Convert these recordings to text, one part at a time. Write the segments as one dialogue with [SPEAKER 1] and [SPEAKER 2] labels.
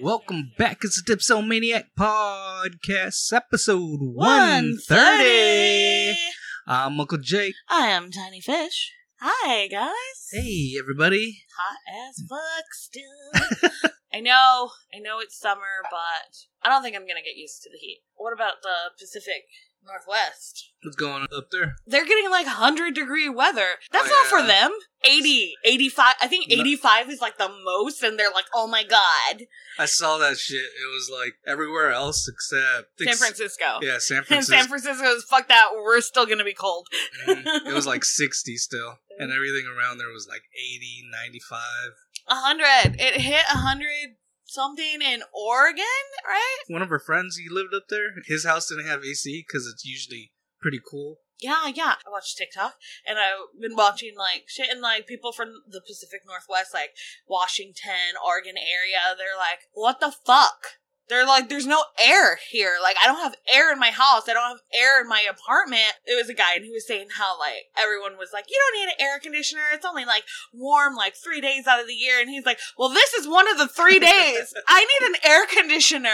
[SPEAKER 1] Welcome back. It's the Dipsomaniac Podcast, episode 130.
[SPEAKER 2] 130.
[SPEAKER 1] I'm Uncle Jake.
[SPEAKER 2] I am Tiny Fish. Hi, guys.
[SPEAKER 1] Hey, everybody.
[SPEAKER 2] Hot as fuck still. I know, I know it's summer, but I don't think I'm gonna get used to the heat. What about the Pacific Northwest?
[SPEAKER 1] What's going on up there?
[SPEAKER 2] They're getting like 100 degree weather. That's
[SPEAKER 1] Oh,
[SPEAKER 2] not for
[SPEAKER 1] yeah.
[SPEAKER 2] them. 80, 85. I think
[SPEAKER 1] No.
[SPEAKER 2] 85 is like the most, and they're like, oh my god.
[SPEAKER 1] I saw that shit. It was like everywhere else except
[SPEAKER 2] San Francisco.
[SPEAKER 1] Yeah, San
[SPEAKER 2] And
[SPEAKER 1] Francisco.
[SPEAKER 2] San Francisco is fuck that. We're still gonna be cold.
[SPEAKER 1] Mhm. It was like 60 still, and everything around there was like 80, 95.
[SPEAKER 2] A hundred. It hit a hundred something in Oregon, right?
[SPEAKER 1] One of her friends, he lived up there. His house didn't have AC because it's usually pretty cool.
[SPEAKER 2] Yeah, yeah. I watch TikTok and I've been watching like shit and like people from the Pacific Northwest, like Washington, Oregon area, they're like, What the fuck? They're like, there's no air here. Like, I don't have air in my house. I don't have air in my apartment. It was a guy, and he was saying how, like, everyone was like, you don't need an air conditioner. It's only, like, warm, like, three days out of the year. And he's like, well, this is one of the three days. I need an air conditioner.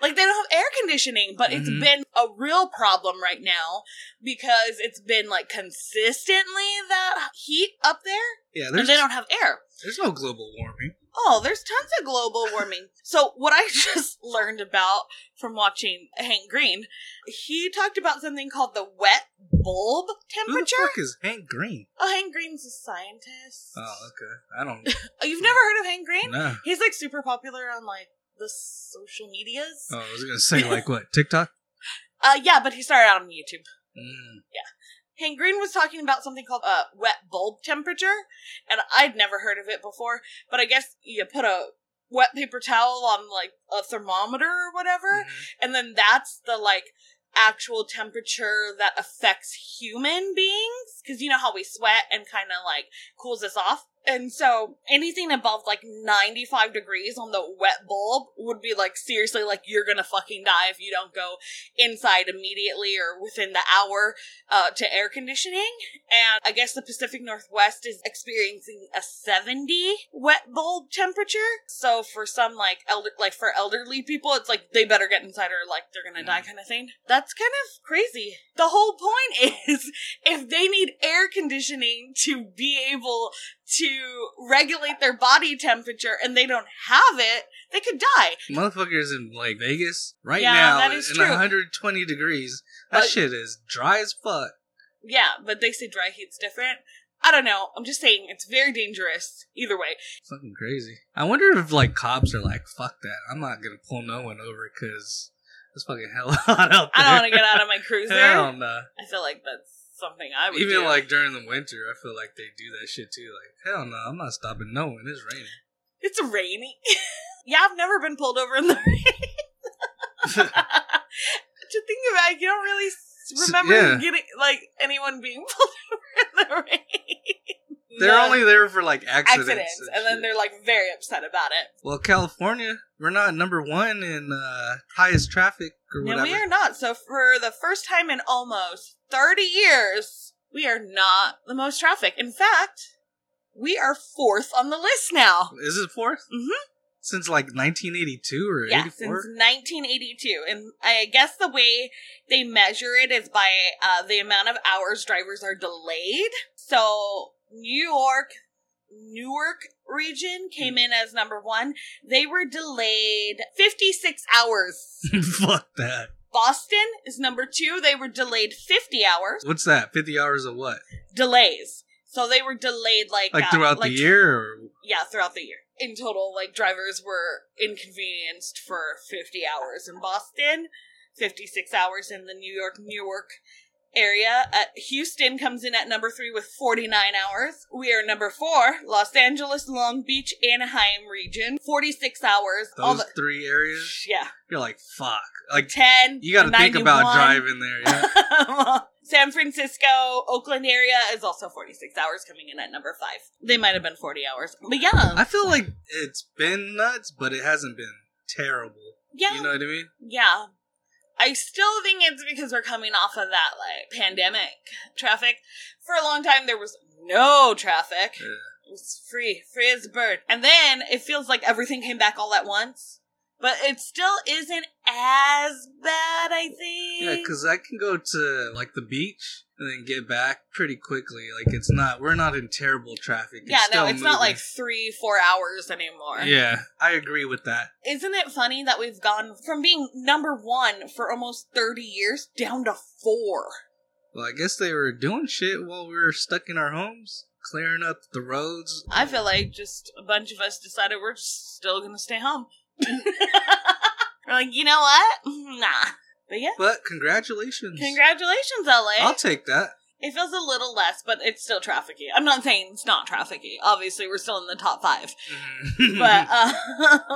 [SPEAKER 2] Like, they don't have air conditioning, but it's
[SPEAKER 1] Mhm.
[SPEAKER 2] been a real problem right now because it's been, like, consistently that heat up there,
[SPEAKER 1] Yeah,
[SPEAKER 2] and
[SPEAKER 1] there's,
[SPEAKER 2] they don't have air.
[SPEAKER 1] there's no global warming.
[SPEAKER 2] Oh, there's tons of global warming. so, what I just learned about from watching Hank Green, he talked about something called the wet bulb
[SPEAKER 1] Who the
[SPEAKER 2] temperature.
[SPEAKER 1] fuck is Hank Green?
[SPEAKER 2] Oh, Hank Green's a scientist.
[SPEAKER 1] Oh, okay. I don't
[SPEAKER 2] Oh, You've never heard of Hank Green?
[SPEAKER 1] know.
[SPEAKER 2] He's like super popular on like the social medias.
[SPEAKER 1] Oh, I was gonna say like what TikTok.
[SPEAKER 2] Uh, yeah, but he started out on YouTube.
[SPEAKER 1] Mm.
[SPEAKER 2] Hank Green was talking about something called uh, wet bulb temperature, and I'd never heard of it before. But I guess you put a wet paper towel on like a thermometer or whatever,
[SPEAKER 1] Mm.
[SPEAKER 2] and then that's the like actual temperature that affects human beings because you know how we sweat and kind of like cools us off and so anything above like 95 degrees on the wet bulb would be like seriously like you're gonna fucking die if you don't go inside immediately or within the hour uh, to air conditioning and i guess the pacific northwest is experiencing a 70 wet bulb temperature so for some like elder like for elderly people it's like they better get inside or like they're gonna die kind of thing that's kind of crazy the whole point is if they need air conditioning to be able to regulate their body temperature and they don't have it they could die
[SPEAKER 1] Motherfuckers in like Vegas right
[SPEAKER 2] Yeah,
[SPEAKER 1] now
[SPEAKER 2] that is
[SPEAKER 1] in
[SPEAKER 2] true.
[SPEAKER 1] 120 degrees. That
[SPEAKER 2] But-
[SPEAKER 1] shit is dry as fuck.
[SPEAKER 2] yeah but they say dry heat's different i don't know i'm just saying it's very dangerous either way
[SPEAKER 1] Fucking crazy. I wonder if like cops are like, fuck that. I'm not gonna pull no one over because it's fucking hell hot out
[SPEAKER 2] i
[SPEAKER 1] there.
[SPEAKER 2] don't want to get out of my cruiser
[SPEAKER 1] Hell no.
[SPEAKER 2] I feel like that's something I would
[SPEAKER 1] Even
[SPEAKER 2] do.
[SPEAKER 1] like during the winter, I feel like they do that shit too. Like, hell no, I'm not stopping no one. It's raining.
[SPEAKER 2] it's rainy. yeah, I've never been pulled over in the rain. to think about, it, you don't really s-
[SPEAKER 1] S-
[SPEAKER 2] remember
[SPEAKER 1] yeah.
[SPEAKER 2] getting like anyone being pulled over in the rain.
[SPEAKER 1] They're
[SPEAKER 2] No.
[SPEAKER 1] only there for like accidents,
[SPEAKER 2] accidents, and then
[SPEAKER 1] shit.
[SPEAKER 2] they're like very upset about it.
[SPEAKER 1] Well, California, we're not number one in uh, highest traffic or
[SPEAKER 2] No,
[SPEAKER 1] whatever.
[SPEAKER 2] we are not. So for the first time in almost 30 years, we are not the most traffic. In fact, we are fourth on the list now.
[SPEAKER 1] Is it 4th
[SPEAKER 2] Mhm.
[SPEAKER 1] Since like 1982 or
[SPEAKER 2] Yeah,
[SPEAKER 1] 84?
[SPEAKER 2] since 1982. And I guess the way they measure it is by uh, the amount of hours drivers are delayed. So New York, Newark region came
[SPEAKER 1] Hmm.
[SPEAKER 2] in as number one. They were delayed 56 hours.
[SPEAKER 1] Fuck that.
[SPEAKER 2] Boston is number two. They were delayed 50 hours.
[SPEAKER 1] What's that? 50 hours of what?
[SPEAKER 2] Delays. So they were delayed like,
[SPEAKER 1] Like
[SPEAKER 2] uh,
[SPEAKER 1] throughout
[SPEAKER 2] like
[SPEAKER 1] the year? Or...
[SPEAKER 2] yeah, throughout the year. In total, like drivers were inconvenienced for 50 hours in Boston, 56 hours in the New York, Newark area. Uh, Houston comes in at number three with 49 hours. We are number four, Los Angeles, Long Beach, Anaheim region, 46 hours. All
[SPEAKER 1] Those
[SPEAKER 2] the,
[SPEAKER 1] three areas?
[SPEAKER 2] yeah,
[SPEAKER 1] You're like, fuck. Like,
[SPEAKER 2] 10.
[SPEAKER 1] you gotta think about
[SPEAKER 2] 91.
[SPEAKER 1] driving there. Yeah.
[SPEAKER 2] San Francisco, Oakland area is also 46 hours coming in at number five. They might have been 40 hours. But yeah.
[SPEAKER 1] I feel like it's been nuts, but it hasn't been terrible.
[SPEAKER 2] yeah.
[SPEAKER 1] You know what I mean?
[SPEAKER 2] Yeah. I still think it's because we're coming off of that like pandemic traffic. For a long time there was no traffic.
[SPEAKER 1] Yeah.
[SPEAKER 2] It's free, free as a bird. And then it feels like everything came back all at once. But it still isn't as bad, I think.
[SPEAKER 1] Yeah, because I can go to like the beach and then get back pretty quickly. Like it's not we're not in terrible traffic.
[SPEAKER 2] Yeah, no,
[SPEAKER 1] still
[SPEAKER 2] it's not like
[SPEAKER 1] moving.
[SPEAKER 2] three, four hours anymore.
[SPEAKER 1] Yeah, I agree with that.
[SPEAKER 2] Isn't it funny that we've gone from being number one for almost 30 years down to four?
[SPEAKER 1] Well, I guess they were doing shit while we were stuck in our homes, clearing up the roads.
[SPEAKER 2] I feel like just a bunch of us decided we're just still gonna stay home. we're like, you know what? Nah. But yeah,
[SPEAKER 1] But congratulations.
[SPEAKER 2] congratulations, LA.
[SPEAKER 1] I'll take that.
[SPEAKER 2] It feels a little less, but it's still trafficky. I'm not saying it's not trafficky. Obviously, we're still in the top five. But uh,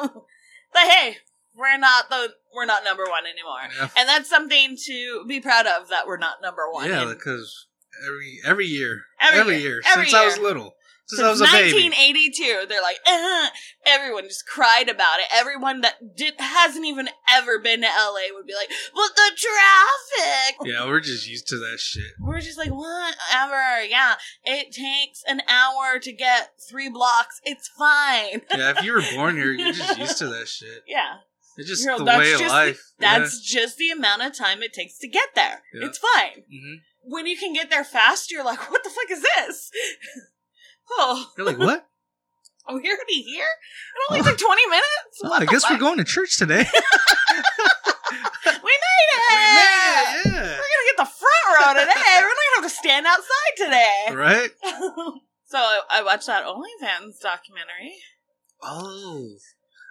[SPEAKER 2] but hey, we're not the we're not number one anymore,
[SPEAKER 1] Yeah.
[SPEAKER 2] and that's something to be proud of that we're not number one.
[SPEAKER 1] yeah,
[SPEAKER 2] in-
[SPEAKER 1] because every every year,
[SPEAKER 2] Every
[SPEAKER 1] every,
[SPEAKER 2] year,
[SPEAKER 1] year,
[SPEAKER 2] every
[SPEAKER 1] since I was
[SPEAKER 2] year.
[SPEAKER 1] little, since, I
[SPEAKER 2] Since
[SPEAKER 1] was a baby.
[SPEAKER 2] 1982, they're like, "Uh-huh." everyone just cried about it. Everyone that did hasn't even ever been to LA would be like, but the traffic.
[SPEAKER 1] Yeah, we're just used to that shit.
[SPEAKER 2] We're just like, whatever. Yeah, it takes an hour to get three blocks. It's fine.
[SPEAKER 1] Yeah, if you were born here, you're just used to that shit.
[SPEAKER 2] Yeah,
[SPEAKER 1] It's just
[SPEAKER 2] Girl,
[SPEAKER 1] the
[SPEAKER 2] that's
[SPEAKER 1] way of
[SPEAKER 2] just-
[SPEAKER 1] life.
[SPEAKER 2] that's just the amount of time it takes to get there.
[SPEAKER 1] Yeah.
[SPEAKER 2] It's fine.
[SPEAKER 1] yeah. hmm
[SPEAKER 2] When you can get there fast, you're like, what the fuck is this? oh,
[SPEAKER 1] You're like, what?
[SPEAKER 2] are we already here? It only took 20 minutes?
[SPEAKER 1] Oh, I guess we're going to church today.
[SPEAKER 2] We made it!
[SPEAKER 1] We made it,
[SPEAKER 2] We're gonna get the front row today. We're not gonna have to stand outside today.
[SPEAKER 1] yeah. Right?
[SPEAKER 2] so I, I watched that OnlyFans documentary.
[SPEAKER 1] Oh,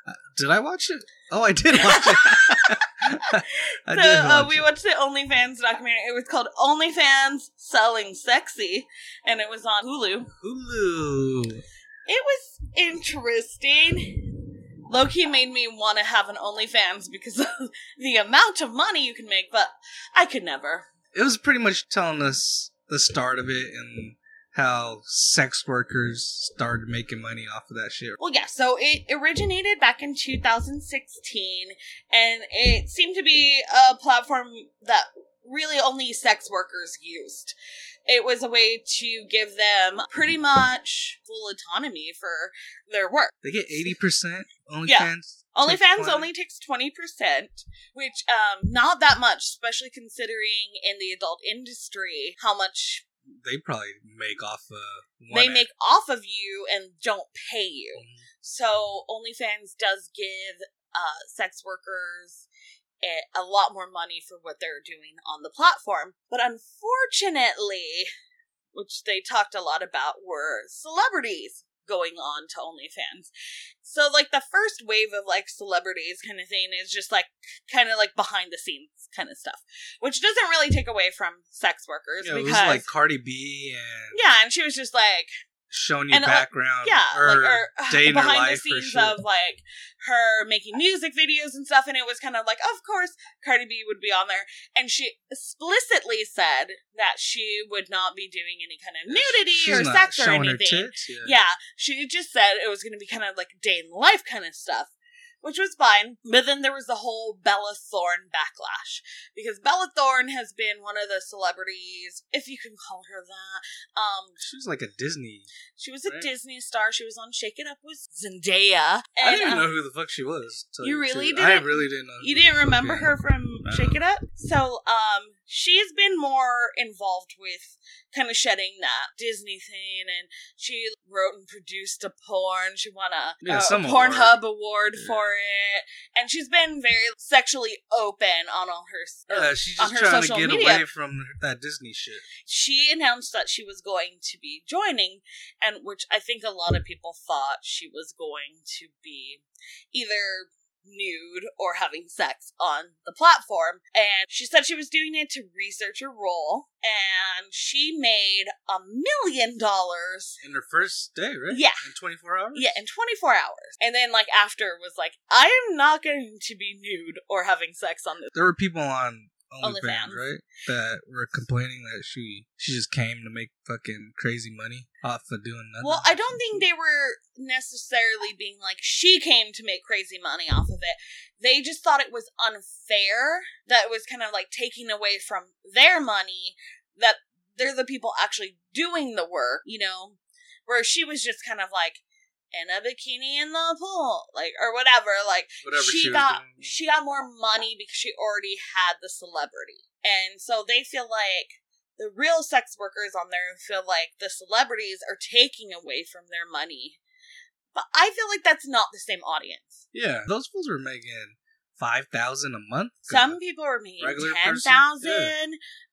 [SPEAKER 1] Uh, did I watch it? Oh, I did watch it. I
[SPEAKER 2] so
[SPEAKER 1] did
[SPEAKER 2] uh,
[SPEAKER 1] watch
[SPEAKER 2] we
[SPEAKER 1] it.
[SPEAKER 2] watched the OnlyFans documentary. It was called OnlyFans Selling Sexy, and it was on Hulu.
[SPEAKER 1] Hulu.
[SPEAKER 2] It was interesting. Loki made me want to have an OnlyFans because of the amount of money you can make, but I could never.
[SPEAKER 1] It was pretty much telling us the start of it and how sex workers started making money off of that shit.
[SPEAKER 2] Well, yeah, so it originated back in 2016, and it seemed to be a platform that really only sex workers used. It was a way to give them pretty much full autonomy for their work.
[SPEAKER 1] They get eighty percent OnlyFans.
[SPEAKER 2] Yeah.
[SPEAKER 1] take
[SPEAKER 2] OnlyFans
[SPEAKER 1] money.
[SPEAKER 2] only takes 20%, which um not that much, especially considering in the adult industry how much
[SPEAKER 1] they probably make off uh, one
[SPEAKER 2] they
[SPEAKER 1] ad.
[SPEAKER 2] make off of you and don't pay you. So OnlyFans does give uh, sex workers a, a lot more money for what they're doing on the platform. But unfortunately, which they talked a lot about, were celebrities going on to OnlyFans. So like the first wave of like celebrities kind of thing is just like kind of like behind the scenes kind of stuff, which doesn't really take away from sex workers
[SPEAKER 1] Yeah, it was
[SPEAKER 2] because
[SPEAKER 1] like Cardi B and
[SPEAKER 2] yeah, and she was just like
[SPEAKER 1] showing you
[SPEAKER 2] And, uh,
[SPEAKER 1] background.
[SPEAKER 2] yeah,
[SPEAKER 1] or
[SPEAKER 2] like or
[SPEAKER 1] day in her
[SPEAKER 2] behind
[SPEAKER 1] life or
[SPEAKER 2] the scenes
[SPEAKER 1] shit.
[SPEAKER 2] of like her making music videos and stuff, and it was kind of like, of course, Cardi B would be on there, and she explicitly said that she would not be doing any kind of nudity
[SPEAKER 1] She's
[SPEAKER 2] or
[SPEAKER 1] not
[SPEAKER 2] sex or
[SPEAKER 1] showing her
[SPEAKER 2] anything.
[SPEAKER 1] tits, yeah.
[SPEAKER 2] Yeah, she just said it was going to be kind of like day in the life kind of stuff, which was fine. But then there was the whole Bella Thorne backlash because Bella Thorne has been one of the celebrities, if you can call her that, um,
[SPEAKER 1] She was like a Disney.
[SPEAKER 2] she was a
[SPEAKER 1] Right.
[SPEAKER 2] Disney star. She was on Shake It Up with Zendaya.
[SPEAKER 1] I
[SPEAKER 2] And,
[SPEAKER 1] didn't even
[SPEAKER 2] uh,
[SPEAKER 1] know who the fuck she was. to tell
[SPEAKER 2] you
[SPEAKER 1] the
[SPEAKER 2] really
[SPEAKER 1] truth. I
[SPEAKER 2] didn't-
[SPEAKER 1] really didn't know.
[SPEAKER 2] you
[SPEAKER 1] who
[SPEAKER 2] didn't
[SPEAKER 1] the fuck
[SPEAKER 2] remember
[SPEAKER 1] she
[SPEAKER 2] her from
[SPEAKER 1] No.
[SPEAKER 2] Shake It Up? So, um, she's been more involved with kind of shedding that Disney thing, and she wrote and produced a porn. She won a,
[SPEAKER 1] Yeah,
[SPEAKER 2] a
[SPEAKER 1] some
[SPEAKER 2] Pornhub award,
[SPEAKER 1] Yeah.
[SPEAKER 2] for it, and she's been very sexually open on all her.
[SPEAKER 1] Yeah, she's
[SPEAKER 2] on
[SPEAKER 1] just
[SPEAKER 2] her
[SPEAKER 1] trying to
[SPEAKER 2] social
[SPEAKER 1] get
[SPEAKER 2] media.
[SPEAKER 1] away from that Disney shit.
[SPEAKER 2] she announced that she was going to be joining, and which I think a lot of people thought she was going to be either nude or having sex on the platform. And she said she was doing it to research her role, and she made a million dollars.
[SPEAKER 1] In her first day, right?
[SPEAKER 2] Yeah.
[SPEAKER 1] In 24 hours?
[SPEAKER 2] Yeah, in 24 hours. And then, like, after was like, I am not going to be nude or having sex on this.
[SPEAKER 1] There were people on OnlyFans,
[SPEAKER 2] OnlyFans.
[SPEAKER 1] right? That were complaining that she she just came to make fucking crazy money off of doing nothing.
[SPEAKER 2] Well, I don't think they were necessarily being like she came to make crazy money off of it. They just thought it was unfair that it was kind of like taking away from their money that they're the people actually doing the work, you know. where she was just kind of like in a bikini in the pool, like or whatever. Like
[SPEAKER 1] Whatever
[SPEAKER 2] she,
[SPEAKER 1] she was
[SPEAKER 2] got
[SPEAKER 1] doing.
[SPEAKER 2] she got more money because she already had the celebrity, and so they feel like the real sex workers on there feel like the celebrities are taking away from their money. But I feel like that's not the same audience.
[SPEAKER 1] Yeah, those fools were making five thousand a month.
[SPEAKER 2] Some people are making
[SPEAKER 1] regular
[SPEAKER 2] ten
[SPEAKER 1] person?
[SPEAKER 2] thousand.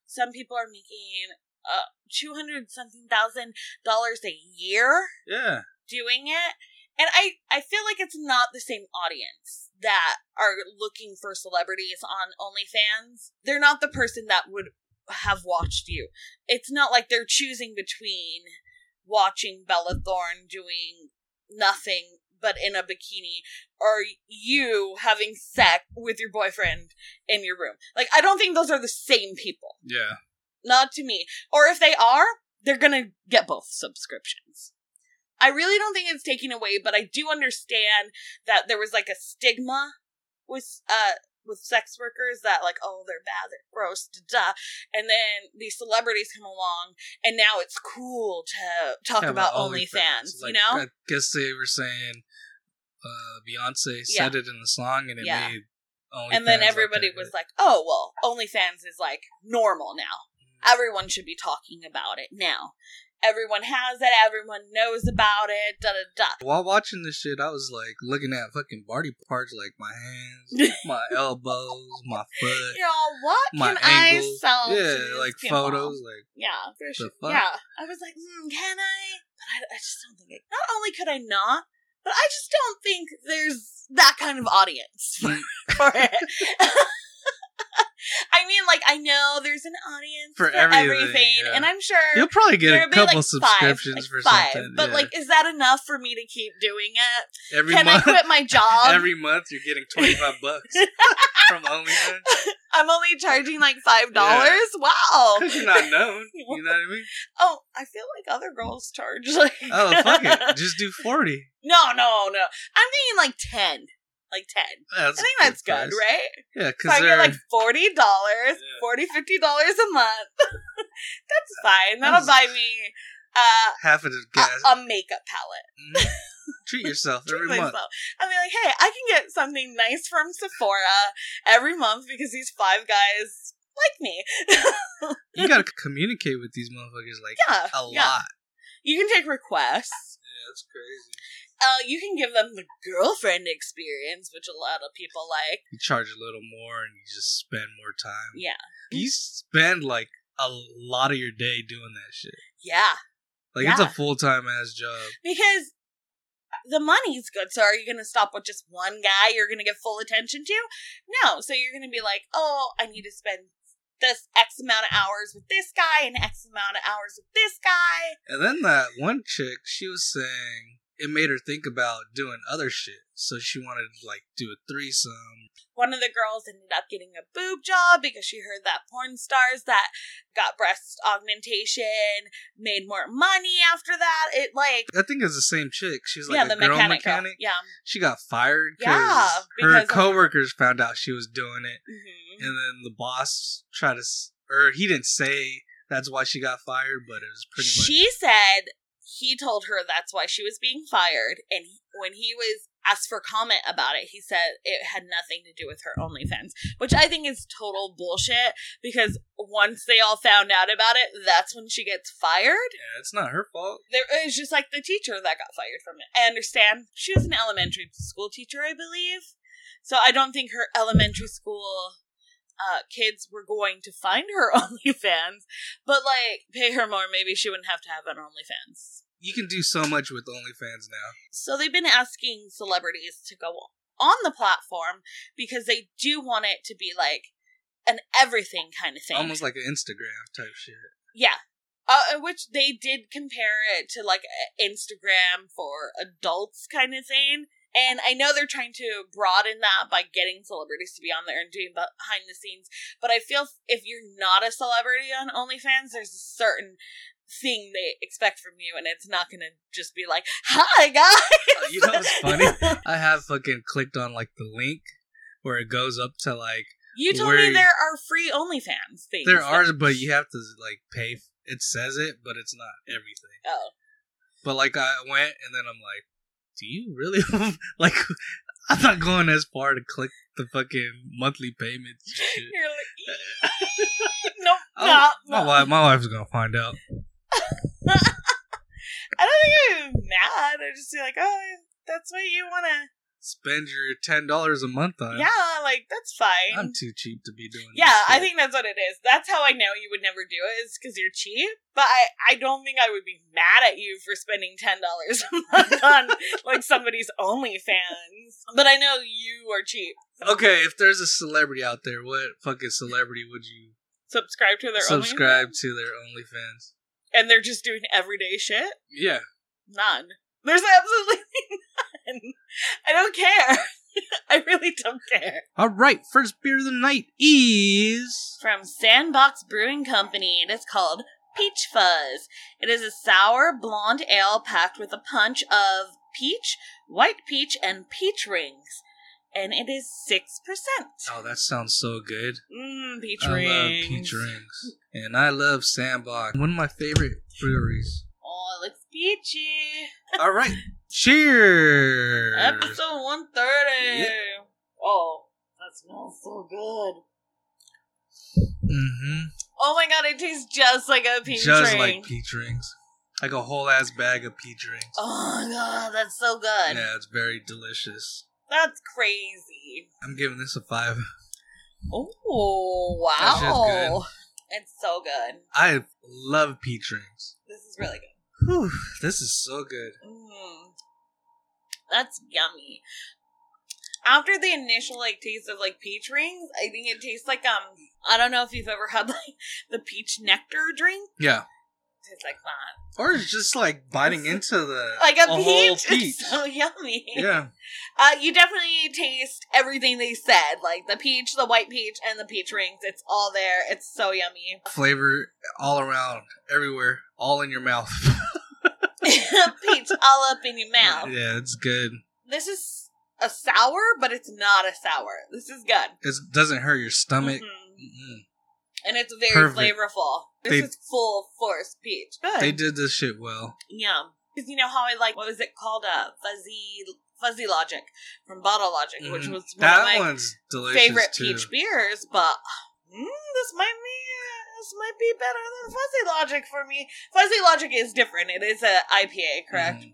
[SPEAKER 2] Some people are making uh two hundred something thousand dollars a year.
[SPEAKER 1] yeah,
[SPEAKER 2] doing it and i i feel like it's not the same audience that are looking for celebrities on onlyfans they're not the person that would have watched you it's not like they're choosing between watching bella thorne doing nothing but in a bikini or you having sex with your boyfriend in your room like i don't think those are the same people
[SPEAKER 1] yeah.
[SPEAKER 2] not to me. Or if they are, they're gonna get both subscriptions. I really don't think it's taking away, but I do understand that there was like a stigma with uh with sex workers that like oh they're bad they're gross da da, and then these celebrities come along and now it's cool to talk
[SPEAKER 1] Have
[SPEAKER 2] about
[SPEAKER 1] a
[SPEAKER 2] OnlyFans, you
[SPEAKER 1] Like,
[SPEAKER 2] know?
[SPEAKER 1] I guess they were saying uh, Beyonce
[SPEAKER 2] Yeah.
[SPEAKER 1] said it in the song, and it
[SPEAKER 2] Yeah.
[SPEAKER 1] made OnlyFans
[SPEAKER 2] And then
[SPEAKER 1] like
[SPEAKER 2] everybody
[SPEAKER 1] a-
[SPEAKER 2] was like, oh well, OnlyFans is like normal now.
[SPEAKER 1] Hmm.
[SPEAKER 2] everyone should be talking about it now. Everyone has it, everyone knows about it, da da da.
[SPEAKER 1] While watching this shit, I was like looking at fucking body parts, like my hands, my elbows, my foot,
[SPEAKER 2] You know, what
[SPEAKER 1] my
[SPEAKER 2] can I
[SPEAKER 1] ankles.
[SPEAKER 2] sell? to
[SPEAKER 1] yeah,
[SPEAKER 2] these
[SPEAKER 1] like
[SPEAKER 2] people?
[SPEAKER 1] photos, like
[SPEAKER 2] Yeah, for sure.
[SPEAKER 1] fuck?
[SPEAKER 2] Yeah. I was like, mm, can I? But I, I just don't think it. Not only could I not, but I just don't think there's that kind of audience
[SPEAKER 1] Hmm.
[SPEAKER 2] for it. I mean, like, I know there's an audience
[SPEAKER 1] For
[SPEAKER 2] for,
[SPEAKER 1] everything,
[SPEAKER 2] everything,
[SPEAKER 1] yeah.
[SPEAKER 2] and I'm sure.
[SPEAKER 1] you'll probably get
[SPEAKER 2] There'll
[SPEAKER 1] a
[SPEAKER 2] be,
[SPEAKER 1] couple
[SPEAKER 2] like,
[SPEAKER 1] subscriptions
[SPEAKER 2] five,
[SPEAKER 1] for
[SPEAKER 2] like, five.
[SPEAKER 1] something.
[SPEAKER 2] But
[SPEAKER 1] yeah.
[SPEAKER 2] like, is that enough for me to keep doing it?
[SPEAKER 1] every
[SPEAKER 2] Can
[SPEAKER 1] month,
[SPEAKER 2] I quit my job?
[SPEAKER 1] every month you're getting twenty five bucks from OnlyFans.
[SPEAKER 2] I'm only charging like five dollars. Wow.
[SPEAKER 1] Because you're not known. You know what I mean?
[SPEAKER 2] Oh, I feel like other girls charge like.
[SPEAKER 1] Oh, fuck it. Just do 40.
[SPEAKER 2] no, no, no. I'm thinking like ten, like ten.
[SPEAKER 1] That's
[SPEAKER 2] I think that's good, right?
[SPEAKER 1] Yeah,
[SPEAKER 2] So I
[SPEAKER 1] because
[SPEAKER 2] get
[SPEAKER 1] they're
[SPEAKER 2] like forty dollars,
[SPEAKER 1] Yeah. Uh,
[SPEAKER 2] forty fifty dollars a month. that's fine. That'll
[SPEAKER 1] That's-
[SPEAKER 2] buy me uh,
[SPEAKER 1] half of the
[SPEAKER 2] a-
[SPEAKER 1] gas.
[SPEAKER 2] a, makeup palette.
[SPEAKER 1] Mm. Treat yourself every month.
[SPEAKER 2] myself. I'll be like, hey, I can get something nice from Sephora every month because these five guys like me.
[SPEAKER 1] You gotta communicate with these motherfuckers like
[SPEAKER 2] Yeah,
[SPEAKER 1] a lot.
[SPEAKER 2] yeah. You can take requests.
[SPEAKER 1] that's crazy.
[SPEAKER 2] Uh, you can give them the girlfriend experience, which a lot of people like.
[SPEAKER 1] You charge a little more and you just spend more time.
[SPEAKER 2] Yeah. Mm-hmm.
[SPEAKER 1] You spend like a lot of your day doing that shit.
[SPEAKER 2] Yeah.
[SPEAKER 1] Like it's a
[SPEAKER 2] Yeah.
[SPEAKER 1] full time ass job.
[SPEAKER 2] Because the money's good, so are you gonna stop with just one guy you're gonna give full attention to? No. So you're gonna be like, oh, I need to spend this X amount of hours with this guy and X amount of hours with this guy.
[SPEAKER 1] And then that one chick, she was saying it made her think about doing other shit. So she wanted to like do a threesome
[SPEAKER 2] One of the girls ended up getting a boob job because she heard that porn stars that got breast augmentation made more money after that. It like
[SPEAKER 1] I think it's the same chick. She's like
[SPEAKER 2] yeah,
[SPEAKER 1] a
[SPEAKER 2] the
[SPEAKER 1] girl
[SPEAKER 2] mechanic,
[SPEAKER 1] mechanic.
[SPEAKER 2] girl. Yeah.
[SPEAKER 1] She got fired
[SPEAKER 2] Yeah,
[SPEAKER 1] because her
[SPEAKER 2] because of-
[SPEAKER 1] coworkers found out she was doing it,
[SPEAKER 2] hmm
[SPEAKER 1] and then the boss tried to, s- or he didn't say that's why she got fired, but it was pretty much.
[SPEAKER 2] She said he told her that's why she was being fired, and he- when he was asked for comment about it, he said it had nothing to do with her OnlyFans, which I think is total bullshit. Because once they all found out about it, that's when she gets fired.
[SPEAKER 1] Yeah, it's not her fault.
[SPEAKER 2] There it was just like the teacher that got fired from it. I understand she was an elementary school teacher, I believe, so I don't think her elementary school. Uh, kids were going to find her OnlyFans, but like pay her more. Maybe she wouldn't have to have an OnlyFans.
[SPEAKER 1] You can do so much with OnlyFans now.
[SPEAKER 2] So they've been asking celebrities to go on the platform because they do want it to be like an everything kind of thing.
[SPEAKER 1] Almost like an Instagram type shit.
[SPEAKER 2] yeah. Uh, which they did compare it to like a- Instagram for adults kind of thing. And I know they're trying to broaden that by getting celebrities to be on there and doing behind the scenes. But I feel if you're not a celebrity on OnlyFans, there's a certain thing they expect from you, and it's not going to just be like, "Hi guys."
[SPEAKER 1] Uh, you know what's funny? I have fucking clicked on like the link where it goes up to like
[SPEAKER 2] You told
[SPEAKER 1] Where
[SPEAKER 2] me
[SPEAKER 1] you-
[SPEAKER 2] there are free OnlyFans things.
[SPEAKER 1] there
[SPEAKER 2] that-
[SPEAKER 1] are, but you have to like pay. It says it, but it's not everything.
[SPEAKER 2] Oh.
[SPEAKER 1] But like I went and then I'm like, do you really like? I'm not going as far to click the fucking monthly payments. and shit.
[SPEAKER 2] You're like, nope,
[SPEAKER 1] Oh,
[SPEAKER 2] not.
[SPEAKER 1] My wife, my wife's gonna find out.
[SPEAKER 2] I don't think I'm mad. I just feel like, oh, that's what you want to.
[SPEAKER 1] Spend your ten dollars a month on. it.
[SPEAKER 2] Yeah, like that's fine.
[SPEAKER 1] Uh, I'm too cheap to be doing.
[SPEAKER 2] yeah,
[SPEAKER 1] this
[SPEAKER 2] I
[SPEAKER 1] shit.
[SPEAKER 2] think that's what it is. That's how I know you would never do it is because you're cheap. But I, I don't think I would be mad at you for spending ten dollars a month on like somebody's OnlyFans. But I know you are cheap.
[SPEAKER 1] Okay, if there's a celebrity out there, what fucking celebrity would you
[SPEAKER 2] Subscribe to their
[SPEAKER 1] subscribe
[SPEAKER 2] OnlyFans,
[SPEAKER 1] to their OnlyFans?
[SPEAKER 2] and they're just doing everyday shit.
[SPEAKER 1] Yeah,
[SPEAKER 2] None. There's absolutely none. I don't care. I really don't care.
[SPEAKER 1] All right, first beer of the night is.
[SPEAKER 2] From Sandbox Brewing Company, and it's called Peach Fuzz. It is a sour blonde ale packed with a punch of peach, white peach, and peach rings. And it is 6%.
[SPEAKER 1] Oh, that sounds so good.
[SPEAKER 2] Mmm, peach
[SPEAKER 1] I
[SPEAKER 2] rings.
[SPEAKER 1] love peach rings. And I love Sandbox, one of my favorite breweries.
[SPEAKER 2] Oh, it looks peachy.
[SPEAKER 1] All right, cheers.
[SPEAKER 2] Episode 130.
[SPEAKER 1] Yeah.
[SPEAKER 2] Oh, that smells so good.
[SPEAKER 1] hmm
[SPEAKER 2] Oh my god, it tastes just like a peach
[SPEAKER 1] Just
[SPEAKER 2] ring.
[SPEAKER 1] like peach rings. Like a whole ass bag of peach rings.
[SPEAKER 2] oh god, that's so good.
[SPEAKER 1] Yeah, it's very delicious.
[SPEAKER 2] That's crazy.
[SPEAKER 1] I'm giving this a five.
[SPEAKER 2] Oh
[SPEAKER 1] That's just good.
[SPEAKER 2] wow, it's so good.
[SPEAKER 1] I love peach rings.
[SPEAKER 2] This is really good.
[SPEAKER 1] Whew, this is so good.
[SPEAKER 2] Mm. That's yummy. After the initial like taste of like peach rings, I think it tastes like um I don't know if you've ever had like the peach nectar drink.
[SPEAKER 1] Yeah.
[SPEAKER 2] It's like that,
[SPEAKER 1] Or it's just like biting into the
[SPEAKER 2] like a, peach.
[SPEAKER 1] whole peach.
[SPEAKER 2] It's so yummy.
[SPEAKER 1] Yeah.
[SPEAKER 2] Uh, you definitely taste everything they said, like the peach, the white peach, and the peach rings. It's all there. It's so yummy.
[SPEAKER 1] Flavor all around, everywhere, all in your mouth.
[SPEAKER 2] peach all up in your mouth.
[SPEAKER 1] Yeah, it's good.
[SPEAKER 2] This is a sour, but it's not a sour. This is good.
[SPEAKER 1] It doesn't hurt your stomach. Mm-hmm.
[SPEAKER 2] Mhm.
[SPEAKER 1] Mm-mm.
[SPEAKER 2] And it's very
[SPEAKER 1] Um, Perfect.
[SPEAKER 2] flavorful. This
[SPEAKER 1] They-
[SPEAKER 2] is full force peach. Good.
[SPEAKER 1] They did this shit well.
[SPEAKER 2] Yum. Because you know how I like, what was it called? Uh, fuzzy Fuzzy Logic from Bottle Logic, which
[SPEAKER 1] Mhm.
[SPEAKER 2] was one
[SPEAKER 1] that
[SPEAKER 2] of my
[SPEAKER 1] one's delicious
[SPEAKER 2] favorite
[SPEAKER 1] too.
[SPEAKER 2] peach beers, but mm, this might be this might be better than Fuzzy Logic for me. Fuzzy Logic is different. It is a IPA, correct?
[SPEAKER 1] Mhm.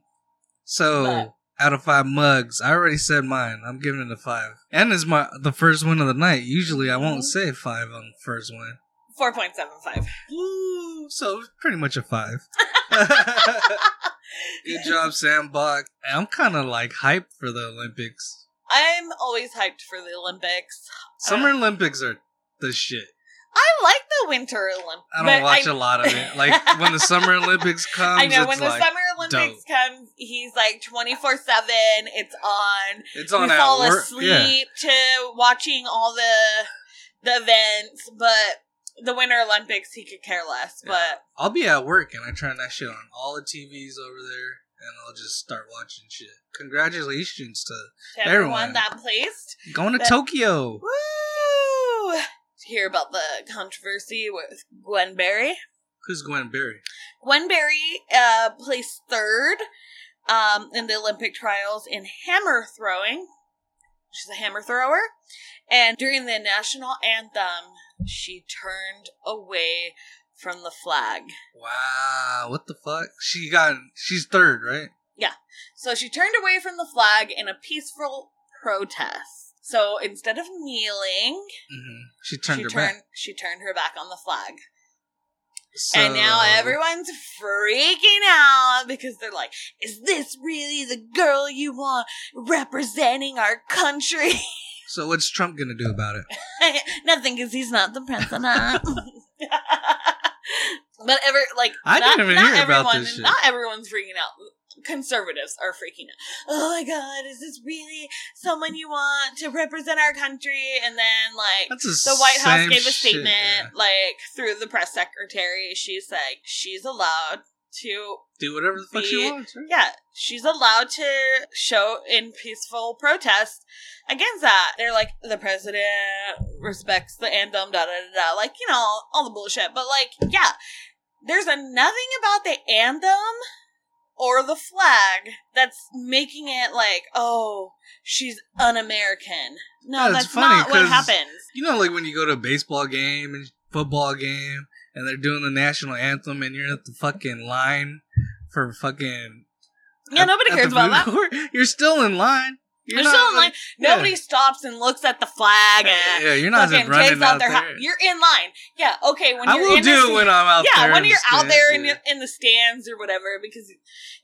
[SPEAKER 1] So
[SPEAKER 2] But-
[SPEAKER 1] out of five mugs, I already said mine. I'm giving it a five. And it's my the first one of the night. Usually I won't
[SPEAKER 2] Mhm.
[SPEAKER 1] say five on the first one.
[SPEAKER 2] Four point seven five.
[SPEAKER 1] Ooh, so it's pretty much a five. Good job, Sam Bach. I'm kind of like hyped for the Olympics.
[SPEAKER 2] I'm always hyped for the Olympics.
[SPEAKER 1] Summer
[SPEAKER 2] Uh,
[SPEAKER 1] Olympics are the shit.
[SPEAKER 2] I like the Winter Olympics.
[SPEAKER 1] I don't watch a lot of it. Like when the Summer Olympics comes,
[SPEAKER 2] I know
[SPEAKER 1] it's
[SPEAKER 2] when the
[SPEAKER 1] like
[SPEAKER 2] Summer Olympics comes, he's like twenty four seven. It's on.
[SPEAKER 1] it's on
[SPEAKER 2] we
[SPEAKER 1] at
[SPEAKER 2] fall
[SPEAKER 1] work.
[SPEAKER 2] asleep
[SPEAKER 1] Yeah.
[SPEAKER 2] to watching all the the events, but the Winter Olympics he could care less.
[SPEAKER 1] Yeah. I'll be at work and I turn that shit on all the TVs over there and I'll just start watching shit. Congratulations to
[SPEAKER 2] But to everyone,
[SPEAKER 1] Everyone.
[SPEAKER 2] that placed,
[SPEAKER 1] going to
[SPEAKER 2] That-
[SPEAKER 1] Tokyo.
[SPEAKER 2] woo! To hear about the controversy with Gwen Berry.
[SPEAKER 1] Who's Gwen Berry?
[SPEAKER 2] Gwen Berry uh, placed third um, in the Olympic trials in hammer throwing. She's a hammer thrower. And during the national anthem, she turned away from the flag.
[SPEAKER 1] Wow, what the fuck? She got she's third, right?
[SPEAKER 2] So she turned away from the flag in a peaceful protest. So instead of kneeling,
[SPEAKER 1] hmm She turned
[SPEAKER 2] she
[SPEAKER 1] her
[SPEAKER 2] turned
[SPEAKER 1] back.
[SPEAKER 2] she turned her back on the flag.
[SPEAKER 1] So,
[SPEAKER 2] and now everyone's freaking out because they're like, is this really the girl you want representing our country?
[SPEAKER 1] So what's Trump gonna do about it?
[SPEAKER 2] Nothing because he's not the president. but ever like
[SPEAKER 1] I
[SPEAKER 2] not,
[SPEAKER 1] didn't even
[SPEAKER 2] not
[SPEAKER 1] hear about
[SPEAKER 2] everyone,
[SPEAKER 1] this shit.
[SPEAKER 2] Not everyone's freaking out. Conservatives are freaking out. Oh my god, is this really someone you want to represent our country? And then like
[SPEAKER 1] That's
[SPEAKER 2] the White House
[SPEAKER 1] same
[SPEAKER 2] gave a
[SPEAKER 1] shit,
[SPEAKER 2] statement,
[SPEAKER 1] yeah.
[SPEAKER 2] like through the press secretary. She's like, she's allowed to,
[SPEAKER 1] Do whatever the fuck she
[SPEAKER 2] Be-
[SPEAKER 1] wants. Right?
[SPEAKER 2] yeah, she's allowed to show in peaceful protest against that. They're like, the president respects the anthem, da da da da, like you know all the bullshit. But like, yeah, there's a nothing about the anthem or the flag that's making it like, oh, she's un-American. No,
[SPEAKER 1] Yeah, it's
[SPEAKER 2] that's
[SPEAKER 1] funny
[SPEAKER 2] not what
[SPEAKER 1] 'cause-
[SPEAKER 2] happens.
[SPEAKER 1] You know, like when you go to a baseball game and football game, and they're doing the national anthem, and you're at the fucking line for fucking.
[SPEAKER 2] Yeah,
[SPEAKER 1] at-
[SPEAKER 2] nobody
[SPEAKER 1] at
[SPEAKER 2] cares
[SPEAKER 1] the
[SPEAKER 2] about
[SPEAKER 1] food
[SPEAKER 2] that.
[SPEAKER 1] court. You're still in line.
[SPEAKER 2] You're still in line.
[SPEAKER 1] yeah.
[SPEAKER 2] Nobody stops and looks at the flag. And
[SPEAKER 1] Yeah, you're not just
[SPEAKER 2] fucking
[SPEAKER 1] running
[SPEAKER 2] takes out
[SPEAKER 1] out
[SPEAKER 2] their.
[SPEAKER 1] there.
[SPEAKER 2] Hat. You're in line. Yeah. Okay. When
[SPEAKER 1] I
[SPEAKER 2] you're
[SPEAKER 1] will
[SPEAKER 2] in
[SPEAKER 1] do
[SPEAKER 2] the,
[SPEAKER 1] it when I'm out
[SPEAKER 2] yeah,
[SPEAKER 1] there.
[SPEAKER 2] when
[SPEAKER 1] in the
[SPEAKER 2] you're out
[SPEAKER 1] stands,
[SPEAKER 2] there in,
[SPEAKER 1] yeah.
[SPEAKER 2] your- in the stands or whatever, because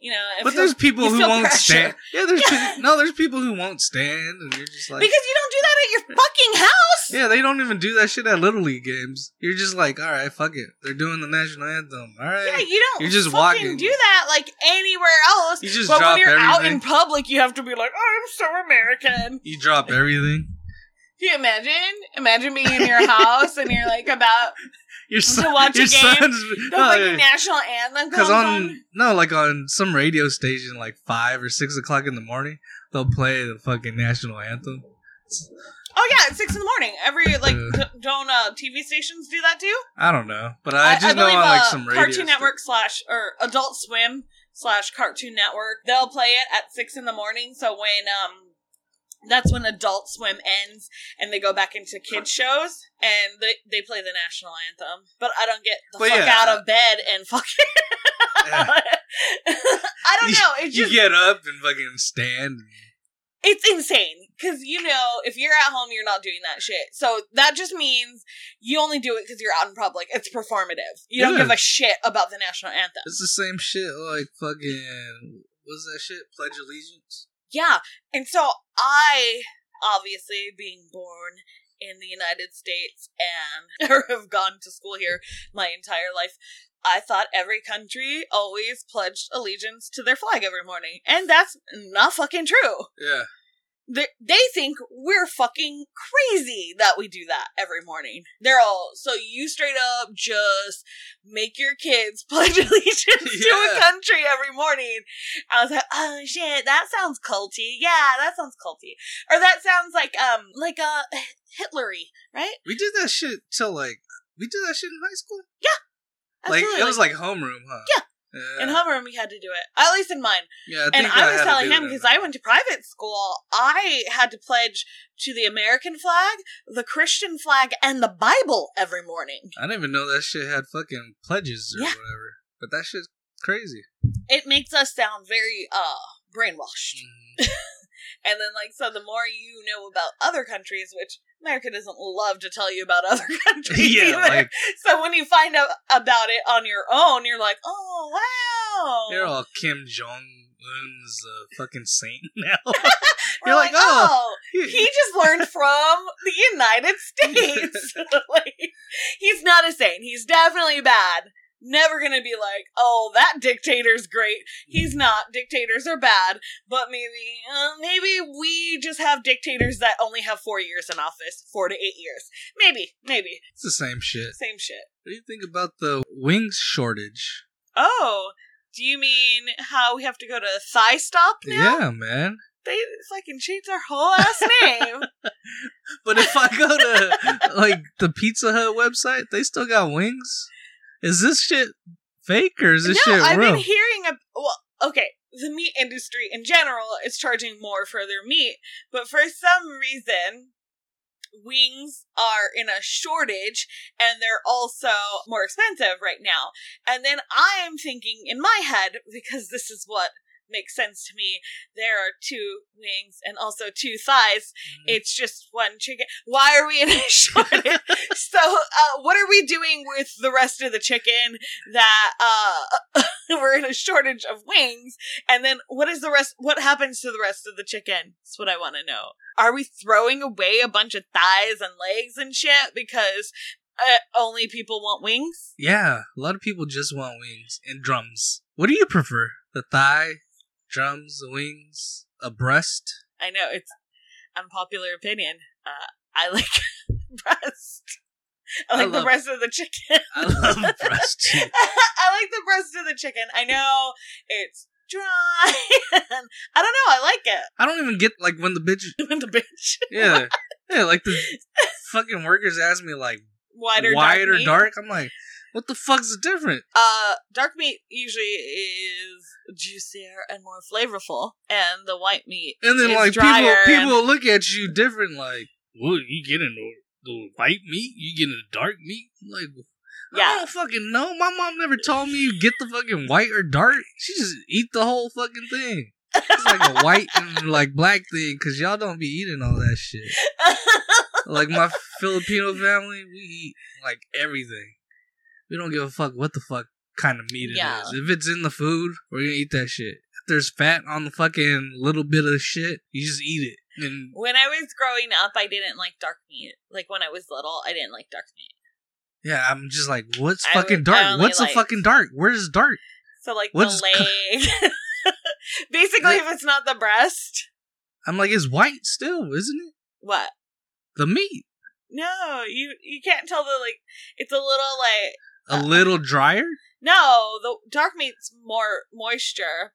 [SPEAKER 2] you know, it
[SPEAKER 1] But
[SPEAKER 2] feels-
[SPEAKER 1] there's people
[SPEAKER 2] you
[SPEAKER 1] who
[SPEAKER 2] feel
[SPEAKER 1] won't
[SPEAKER 2] pressure.
[SPEAKER 1] stand. Yeah, there's
[SPEAKER 2] Yeah.
[SPEAKER 1] pe- no, there's people who won't stand, and you're just like,
[SPEAKER 2] because you don't do that at your fucking house.
[SPEAKER 1] yeah, they don't even do that shit at little league games. You're just like, all right, fuck it, they're doing the national anthem. All right,
[SPEAKER 2] Yeah, you don't.
[SPEAKER 1] You're just
[SPEAKER 2] fucking
[SPEAKER 1] walking.
[SPEAKER 2] do that like anywhere else.
[SPEAKER 1] You just
[SPEAKER 2] but
[SPEAKER 1] drop
[SPEAKER 2] when you're out
[SPEAKER 1] everything.
[SPEAKER 2] in public, you have to be like, "Oh, "I'm so American."
[SPEAKER 1] you drop everything.
[SPEAKER 2] Can you imagine? Imagine being in your house and you're like about
[SPEAKER 1] Your son,
[SPEAKER 2] watch a
[SPEAKER 1] your
[SPEAKER 2] game,
[SPEAKER 1] son's
[SPEAKER 2] the fucking national anthem
[SPEAKER 1] because
[SPEAKER 2] comes on.
[SPEAKER 1] Oh, on no, like on some radio station, like five or six o'clock in the morning, they'll play the fucking national anthem.
[SPEAKER 2] Oh yeah, at six in the morning. Every like,
[SPEAKER 1] Yeah.
[SPEAKER 2] d- don't uh, TV stations do that too?
[SPEAKER 1] I don't know, but I, just know
[SPEAKER 2] believe,
[SPEAKER 1] on like
[SPEAKER 2] uh,
[SPEAKER 1] some radio.
[SPEAKER 2] Cartoon
[SPEAKER 1] sta-
[SPEAKER 2] Network slash or Adult Swim slash Cartoon Network. They'll play it at six in the morning. So when um. That's when Adult Swim ends and they go back into kids shows and they, they play the national anthem. But I don't get the
[SPEAKER 1] But
[SPEAKER 2] fuck
[SPEAKER 1] yeah.
[SPEAKER 2] out of bed and fucking.
[SPEAKER 1] Yeah.
[SPEAKER 2] I don't
[SPEAKER 1] You-
[SPEAKER 2] know. It's
[SPEAKER 1] You
[SPEAKER 2] just
[SPEAKER 1] get up and fucking stand.
[SPEAKER 2] it's insane because you know if you're at home you're not doing that shit so that just means you only do it because you're out in public it's performative you don't
[SPEAKER 1] Yeah.
[SPEAKER 2] give a shit about the national anthem
[SPEAKER 1] It's the same shit, like fucking what's that shit? Pledge allegiance.
[SPEAKER 2] yeah and so i obviously being born in the united states and or have gone to school here my entire life i thought every country always pledged allegiance to their flag every morning and that's not fucking true
[SPEAKER 1] Yeah,
[SPEAKER 2] they they think we're fucking crazy that we do that every morning. They're all so you straight up just make your kids pledge allegiance to a
[SPEAKER 1] Yeah.
[SPEAKER 2] country every morning. I was like, oh shit, that sounds culty. Yeah, that sounds culty, or that sounds like um like a Hitlery, right?
[SPEAKER 1] we did that shit till like we did that shit in high school.
[SPEAKER 2] Absolutely.
[SPEAKER 1] Like it was like homeroom, huh?
[SPEAKER 2] Yeah.
[SPEAKER 1] Yeah.
[SPEAKER 2] in homeroom we had to do it. At least in mine.
[SPEAKER 1] yeah,
[SPEAKER 2] and
[SPEAKER 1] think
[SPEAKER 2] I was
[SPEAKER 1] had to
[SPEAKER 2] telling
[SPEAKER 1] do
[SPEAKER 2] him
[SPEAKER 1] it
[SPEAKER 2] because
[SPEAKER 1] in-
[SPEAKER 2] I went to private school, I had to pledge to the American flag, the Christian flag, and the Bible every morning.
[SPEAKER 1] I didn't even know that shit had fucking pledges or
[SPEAKER 2] Yeah.
[SPEAKER 1] whatever. But that shit's crazy.
[SPEAKER 2] it makes us sound very uh
[SPEAKER 1] Mm.
[SPEAKER 2] brainwashed.
[SPEAKER 1] Mm-hmm.
[SPEAKER 2] And then like so the more you know about other countries, which America doesn't love to tell you about other countries
[SPEAKER 1] yeah,
[SPEAKER 2] either.
[SPEAKER 1] like
[SPEAKER 2] so when you find out about it on your own, you're like, "Oh, wow."
[SPEAKER 1] they're all Kim Jong Un's uh, fucking saint now.
[SPEAKER 2] We're
[SPEAKER 1] you're like, "Oh."
[SPEAKER 2] he just learned from the United States. like, he's not a saint. He's definitely bad. Never gonna be like, oh, that dictator's great. He's not. Dictators are bad. But maybe, uh, maybe we just have dictators that only have four years in office, four to eight years. Maybe, maybe.
[SPEAKER 1] it's the same shit.
[SPEAKER 2] Same shit.
[SPEAKER 1] What do you think about the wings shortage?
[SPEAKER 2] Oh, do you mean how we have to go to thigh stop now?
[SPEAKER 1] Yeah, man.
[SPEAKER 2] They fucking changed our whole ass name.
[SPEAKER 1] But if I go to like the Pizza Hut website, they still got wings. Is this shit fake or is this
[SPEAKER 2] no,
[SPEAKER 1] shit
[SPEAKER 2] I've
[SPEAKER 1] real?
[SPEAKER 2] been hearing a well, okay, the meat industry in general is charging more for their meat, but for some reason wings are in a shortage and they're also more expensive right now. And then I am thinking in my head because this is what makes sense to me, there are two wings and also two thighs
[SPEAKER 1] Mm-hmm.
[SPEAKER 2] it's just one chicken. Why are we in a shortage? so, uh, what are we doing with the rest of the chicken that uh, we're in a shortage of wings? And then, what is the rest? What happens to the rest of the chicken? That's what I want to know. Are we throwing away a bunch of thighs and legs and shit because uh, only people want wings?
[SPEAKER 1] yeah, a lot of people just want wings and drums. What do you prefer? The thigh, drums, the wings, a breast?
[SPEAKER 2] I know it's unpopular opinion. Uh, I like breast. I
[SPEAKER 1] I
[SPEAKER 2] like the
[SPEAKER 1] love-
[SPEAKER 2] rest of the chicken.
[SPEAKER 1] I love breast too.
[SPEAKER 2] I like the breast of the chicken. I know it's dry. and I don't know. I like it.
[SPEAKER 1] I don't even get like when the bitch
[SPEAKER 2] When the bitch
[SPEAKER 1] Yeah. Yeah, like the fucking workers ask me like
[SPEAKER 2] wide or
[SPEAKER 1] white wide
[SPEAKER 2] dark
[SPEAKER 1] or
[SPEAKER 2] meat.
[SPEAKER 1] dark. I'm like, what the fuck's the difference?
[SPEAKER 2] Uh, dark meat usually is juicier and more flavorful, and the white meat.
[SPEAKER 1] And then
[SPEAKER 2] is
[SPEAKER 1] like people
[SPEAKER 2] drier
[SPEAKER 1] people look at you different like, "What you getting the, the white meat? You getting the dark meat?" I'm like, I
[SPEAKER 2] Yeah,
[SPEAKER 1] don't fucking know. My mom never told me you get the fucking white or dark. She just eat the whole fucking thing. It's like a white and like black thing because y'all don't be eating all that shit. Like my Filipino family, we eat like everything. We don't give a fuck what the fuck kind of meat it is.
[SPEAKER 2] Yeah.
[SPEAKER 1] If it's in the food, we're gonna eat that shit. If there's fat on the fucking little bit of shit, you just eat it. And
[SPEAKER 2] when I was growing up, I didn't like dark meat. Like when I was little, I didn't like dark meat.
[SPEAKER 1] yeah, I'm just like, what's
[SPEAKER 2] I
[SPEAKER 1] fucking
[SPEAKER 2] would- I
[SPEAKER 1] dark?
[SPEAKER 2] only
[SPEAKER 1] What's
[SPEAKER 2] like-
[SPEAKER 1] a fucking dark? Where's dark?
[SPEAKER 2] So like
[SPEAKER 1] What's
[SPEAKER 2] the leg. Basically, if it's not the breast,
[SPEAKER 1] I'm like, it's white still, isn't it?
[SPEAKER 2] what?
[SPEAKER 1] The meat.
[SPEAKER 2] No, you you can't tell the like. It's a little like
[SPEAKER 1] A little drier?
[SPEAKER 2] no. The dark meat's more moisture.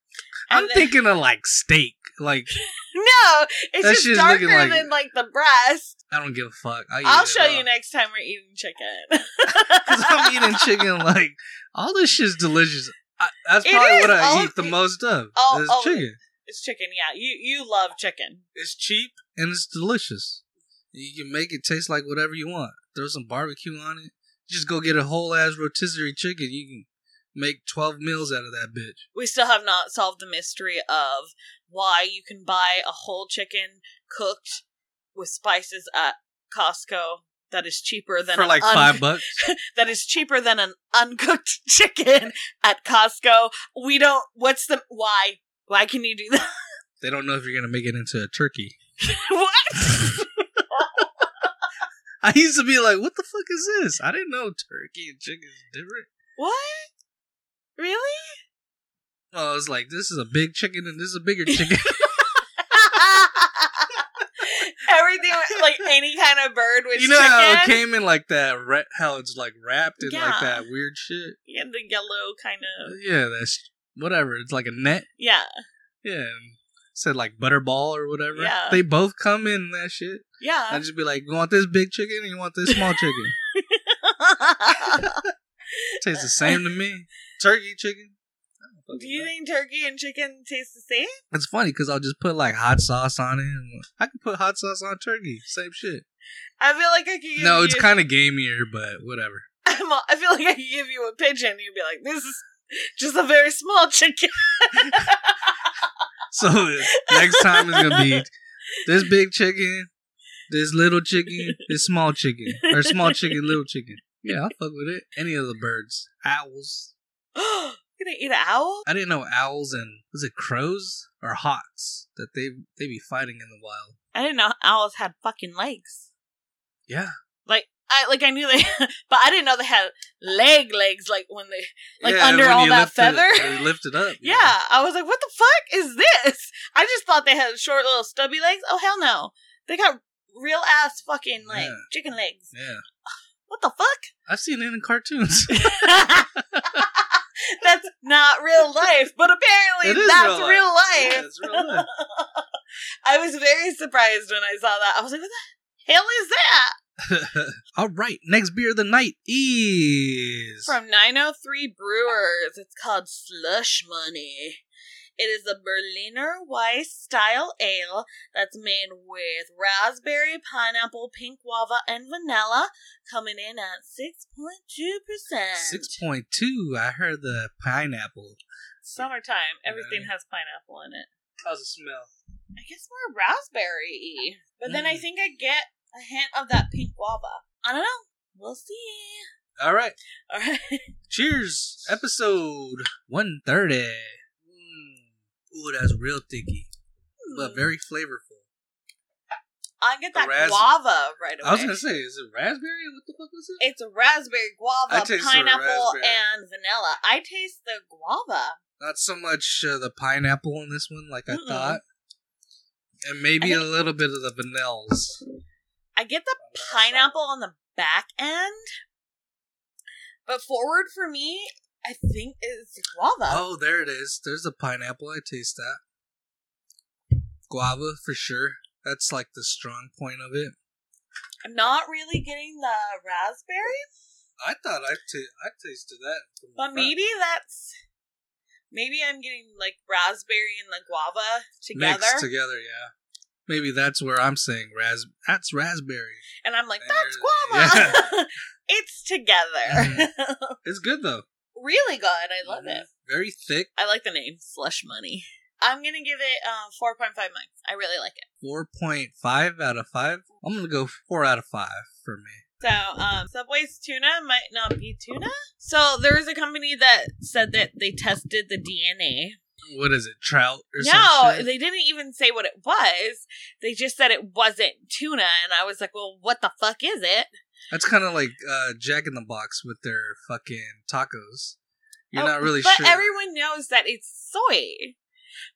[SPEAKER 2] and
[SPEAKER 1] I'm
[SPEAKER 2] then-
[SPEAKER 1] thinking of like steak. Like,
[SPEAKER 2] No, it's
[SPEAKER 1] That
[SPEAKER 2] just
[SPEAKER 1] shit's looking
[SPEAKER 2] darker
[SPEAKER 1] like-
[SPEAKER 2] than like the breast.
[SPEAKER 1] I don't give a fuck. I eat
[SPEAKER 2] I'll
[SPEAKER 1] it
[SPEAKER 2] show
[SPEAKER 1] raw.
[SPEAKER 2] you next time we're eating chicken.
[SPEAKER 1] Because I'm eating chicken, like, all this shit's delicious. I, that's
[SPEAKER 2] It
[SPEAKER 1] probably
[SPEAKER 2] is,
[SPEAKER 1] what I
[SPEAKER 2] all
[SPEAKER 1] eat the
[SPEAKER 2] the-
[SPEAKER 1] most of.
[SPEAKER 2] all-
[SPEAKER 1] is
[SPEAKER 2] all of it.
[SPEAKER 1] chicken.
[SPEAKER 2] It's chicken, yeah. You you love chicken.
[SPEAKER 1] It's cheap and it's delicious. You can make it taste like whatever you want. Throw some barbecue on it. Just go get a whole ass rotisserie chicken. You can make 12 meals out of that bitch.
[SPEAKER 2] We still have not solved the mystery of why you can buy a whole chicken cooked with spices at Costco that is cheaper than
[SPEAKER 1] For
[SPEAKER 2] an
[SPEAKER 1] like
[SPEAKER 2] un-
[SPEAKER 1] five bucks.
[SPEAKER 2] that is cheaper than an uncooked chicken at Costco. We don't. What's the why? Why can you do that?
[SPEAKER 1] They don't know if you're going to make it into a turkey.
[SPEAKER 2] what?
[SPEAKER 1] I used to be like, what the fuck is this? I didn't know turkey and chicken is different.
[SPEAKER 2] What? Really?
[SPEAKER 1] Well, I was like, this is a big chicken and this is a bigger chicken.
[SPEAKER 2] Everything like any kind of bird was
[SPEAKER 1] you know
[SPEAKER 2] chicken.
[SPEAKER 1] how it came in like that, ra- how it's like wrapped in
[SPEAKER 2] Yeah.
[SPEAKER 1] like that weird shit? Uh,
[SPEAKER 2] Yeah, the yellow kind of
[SPEAKER 1] Yeah, that's whatever. It's like a net.
[SPEAKER 2] yeah.
[SPEAKER 1] Yeah. And said like butterball or whatever.
[SPEAKER 2] Yeah. Uh-huh.
[SPEAKER 1] They both come in that shit.
[SPEAKER 2] Yeah.
[SPEAKER 1] I'd just be like, you want this big chicken and you want this small chicken? Tastes the same to me. Turkey chicken. I don't fucking
[SPEAKER 2] Do you
[SPEAKER 1] know.
[SPEAKER 2] think turkey and chicken taste the same?
[SPEAKER 1] It's funny because I'll just put like hot sauce on it. and I can put hot sauce on turkey. Same shit.
[SPEAKER 2] I feel like I could give
[SPEAKER 1] No,
[SPEAKER 2] you,
[SPEAKER 1] it's kind of gamier, but whatever.
[SPEAKER 2] I'm a- I feel like I could give you a pigeon. You'd be like, this is just a very small chicken.
[SPEAKER 1] So next time it's gonna be this big chicken, this little chicken, this small chicken, or small chicken, little chicken. Yeah, I'll fuck with it. Any of the birds, owls.
[SPEAKER 2] you gonna eat an owl?
[SPEAKER 1] I didn't know owls and was it crows or hawks that they they be fighting in the wild.
[SPEAKER 2] I didn't know owls had fucking legs.
[SPEAKER 1] Yeah,
[SPEAKER 2] Like I like I knew they, but I didn't know they had leg legs. Like when they, Like
[SPEAKER 1] Yeah,
[SPEAKER 2] under
[SPEAKER 1] when
[SPEAKER 2] all
[SPEAKER 1] you
[SPEAKER 2] that
[SPEAKER 1] lift
[SPEAKER 2] feather?
[SPEAKER 1] it, when you lift it up.
[SPEAKER 2] yeah, I was like, what the fuck is this? I just thought they had short little stubby legs. Oh hell no, they got real ass fucking like
[SPEAKER 1] Yeah.
[SPEAKER 2] chicken legs.
[SPEAKER 1] yeah.
[SPEAKER 2] What the fuck?
[SPEAKER 1] I've seen it in cartoons.
[SPEAKER 2] that's not real life, but apparently
[SPEAKER 1] It is
[SPEAKER 2] that's real
[SPEAKER 1] real
[SPEAKER 2] life.
[SPEAKER 1] Yeah, it's real life.
[SPEAKER 2] I was very surprised when I saw that. I was like, what the hell is that?
[SPEAKER 1] All right, next beer of the night is
[SPEAKER 2] From 903 Brewers. It's called Slush Money. It is a Berliner Weiss style ale that's made with raspberry, pineapple, pink guava, and vanilla, coming in at 6.2%.
[SPEAKER 1] six point two. I heard the pineapple.
[SPEAKER 2] Summertime, everything has pineapple in it.
[SPEAKER 1] How's it smell?
[SPEAKER 2] I guess more raspberry. But then I
[SPEAKER 1] Mm.
[SPEAKER 2] think I get a hint of that pink guava. I don't know. We'll see.
[SPEAKER 1] All right,
[SPEAKER 2] All right.
[SPEAKER 1] cheers. Episode one thirty.
[SPEAKER 2] Hmm.
[SPEAKER 1] Ooh, that's real thicky, but very flavorful.
[SPEAKER 2] I get
[SPEAKER 1] the
[SPEAKER 2] that
[SPEAKER 1] ras-
[SPEAKER 2] guava right away.
[SPEAKER 1] I was gonna say, is it raspberry? What the fuck was it?
[SPEAKER 2] it's a raspberry
[SPEAKER 1] I
[SPEAKER 2] guava,
[SPEAKER 1] taste the
[SPEAKER 2] pineapple,
[SPEAKER 1] raspberry.
[SPEAKER 2] and vanilla. I taste the guava.
[SPEAKER 1] Not so much uh, the pineapple in this one, like I
[SPEAKER 2] Mm-mm.
[SPEAKER 1] thought, and maybe
[SPEAKER 2] I
[SPEAKER 1] a little bit of the vanillas.
[SPEAKER 2] I get the pineapple on the back end. But forward for me, I think is the guava.
[SPEAKER 1] Oh, there it is. There's a pineapple. I taste that. Guava for sure. That's like the strong point of it.
[SPEAKER 2] I'm not really getting the raspberry,
[SPEAKER 1] I thought I ta- I tasted that. From the
[SPEAKER 2] but
[SPEAKER 1] front.
[SPEAKER 2] maybe that's Maybe I'm getting like raspberry and the guava together,
[SPEAKER 1] Mixed together, yeah. Maybe that's where I'm saying ras. That's raspberry.
[SPEAKER 2] and I'm like,
[SPEAKER 1] There-
[SPEAKER 2] "That's guava." it's together.
[SPEAKER 1] It's good though.
[SPEAKER 2] really good. I
[SPEAKER 1] Mm-hmm.
[SPEAKER 2] love it.
[SPEAKER 1] Very thick.
[SPEAKER 2] I like the name Slush Money. I'm gonna give it uh, 4.5 mine. I really like it.
[SPEAKER 1] Four point five out of five. I'm gonna go four out of five for me.
[SPEAKER 2] So um, Subway's tuna might not be tuna. So there is a company that said that they tested the DNA.
[SPEAKER 1] What is it? Trout or
[SPEAKER 2] No,
[SPEAKER 1] something?
[SPEAKER 2] they didn't even say what it was. They just said it wasn't tuna, and I was like, "Well, what the fuck is it?"
[SPEAKER 1] That's kind of like uh, Jack in the Box with their fucking tacos. You're
[SPEAKER 2] Oh,
[SPEAKER 1] not really
[SPEAKER 2] but
[SPEAKER 1] sure.
[SPEAKER 2] everyone knows that it's soy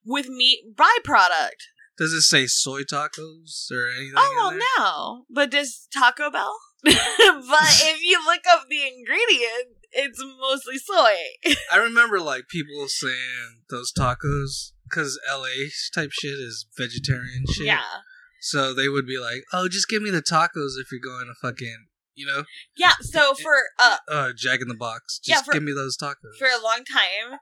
[SPEAKER 2] with meat byproduct.
[SPEAKER 1] Does it say soy tacos or anything?
[SPEAKER 2] Oh
[SPEAKER 1] in
[SPEAKER 2] well,
[SPEAKER 1] there?
[SPEAKER 2] no. But does Taco Bell? but if you look up the ingredient, it's mostly soy.
[SPEAKER 1] I remember like people saying those tacos because LA type shit is vegetarian shit.
[SPEAKER 2] yeah,
[SPEAKER 1] So they would be like, "Oh, just give me the tacos if you're going to fucking, you know,
[SPEAKER 2] yeah. So for uh,
[SPEAKER 1] uh, Jack in the Box. Just
[SPEAKER 2] Yeah, for-
[SPEAKER 1] give me those tacos."
[SPEAKER 2] for a long time,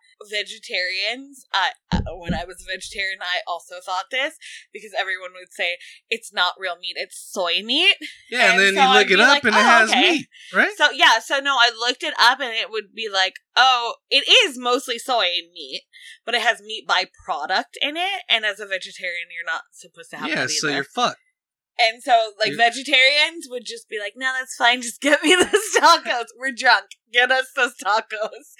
[SPEAKER 2] vegetarians. I I- when I was a vegetarian, I also thought this because everyone would say it's not real meat; it's soy meat.
[SPEAKER 1] yeah, and,
[SPEAKER 2] and
[SPEAKER 1] then
[SPEAKER 2] so
[SPEAKER 1] you
[SPEAKER 2] I'd
[SPEAKER 1] look it
[SPEAKER 2] be
[SPEAKER 1] up
[SPEAKER 2] like,
[SPEAKER 1] and
[SPEAKER 2] "Oh,
[SPEAKER 1] it has
[SPEAKER 2] okay."
[SPEAKER 1] meat, right?
[SPEAKER 2] So yeah, so no, I looked it up and it would be like, oh, it is mostly soy meat, but it has meat byproduct in it, and as a vegetarian, you're not supposed to have
[SPEAKER 1] yeah,
[SPEAKER 2] that
[SPEAKER 1] so
[SPEAKER 2] either.
[SPEAKER 1] you're fucked.
[SPEAKER 2] And so, like,
[SPEAKER 1] You-
[SPEAKER 2] vegetarians would just be like, no, that's fine. Just get me those tacos. We're drunk. Get us those tacos.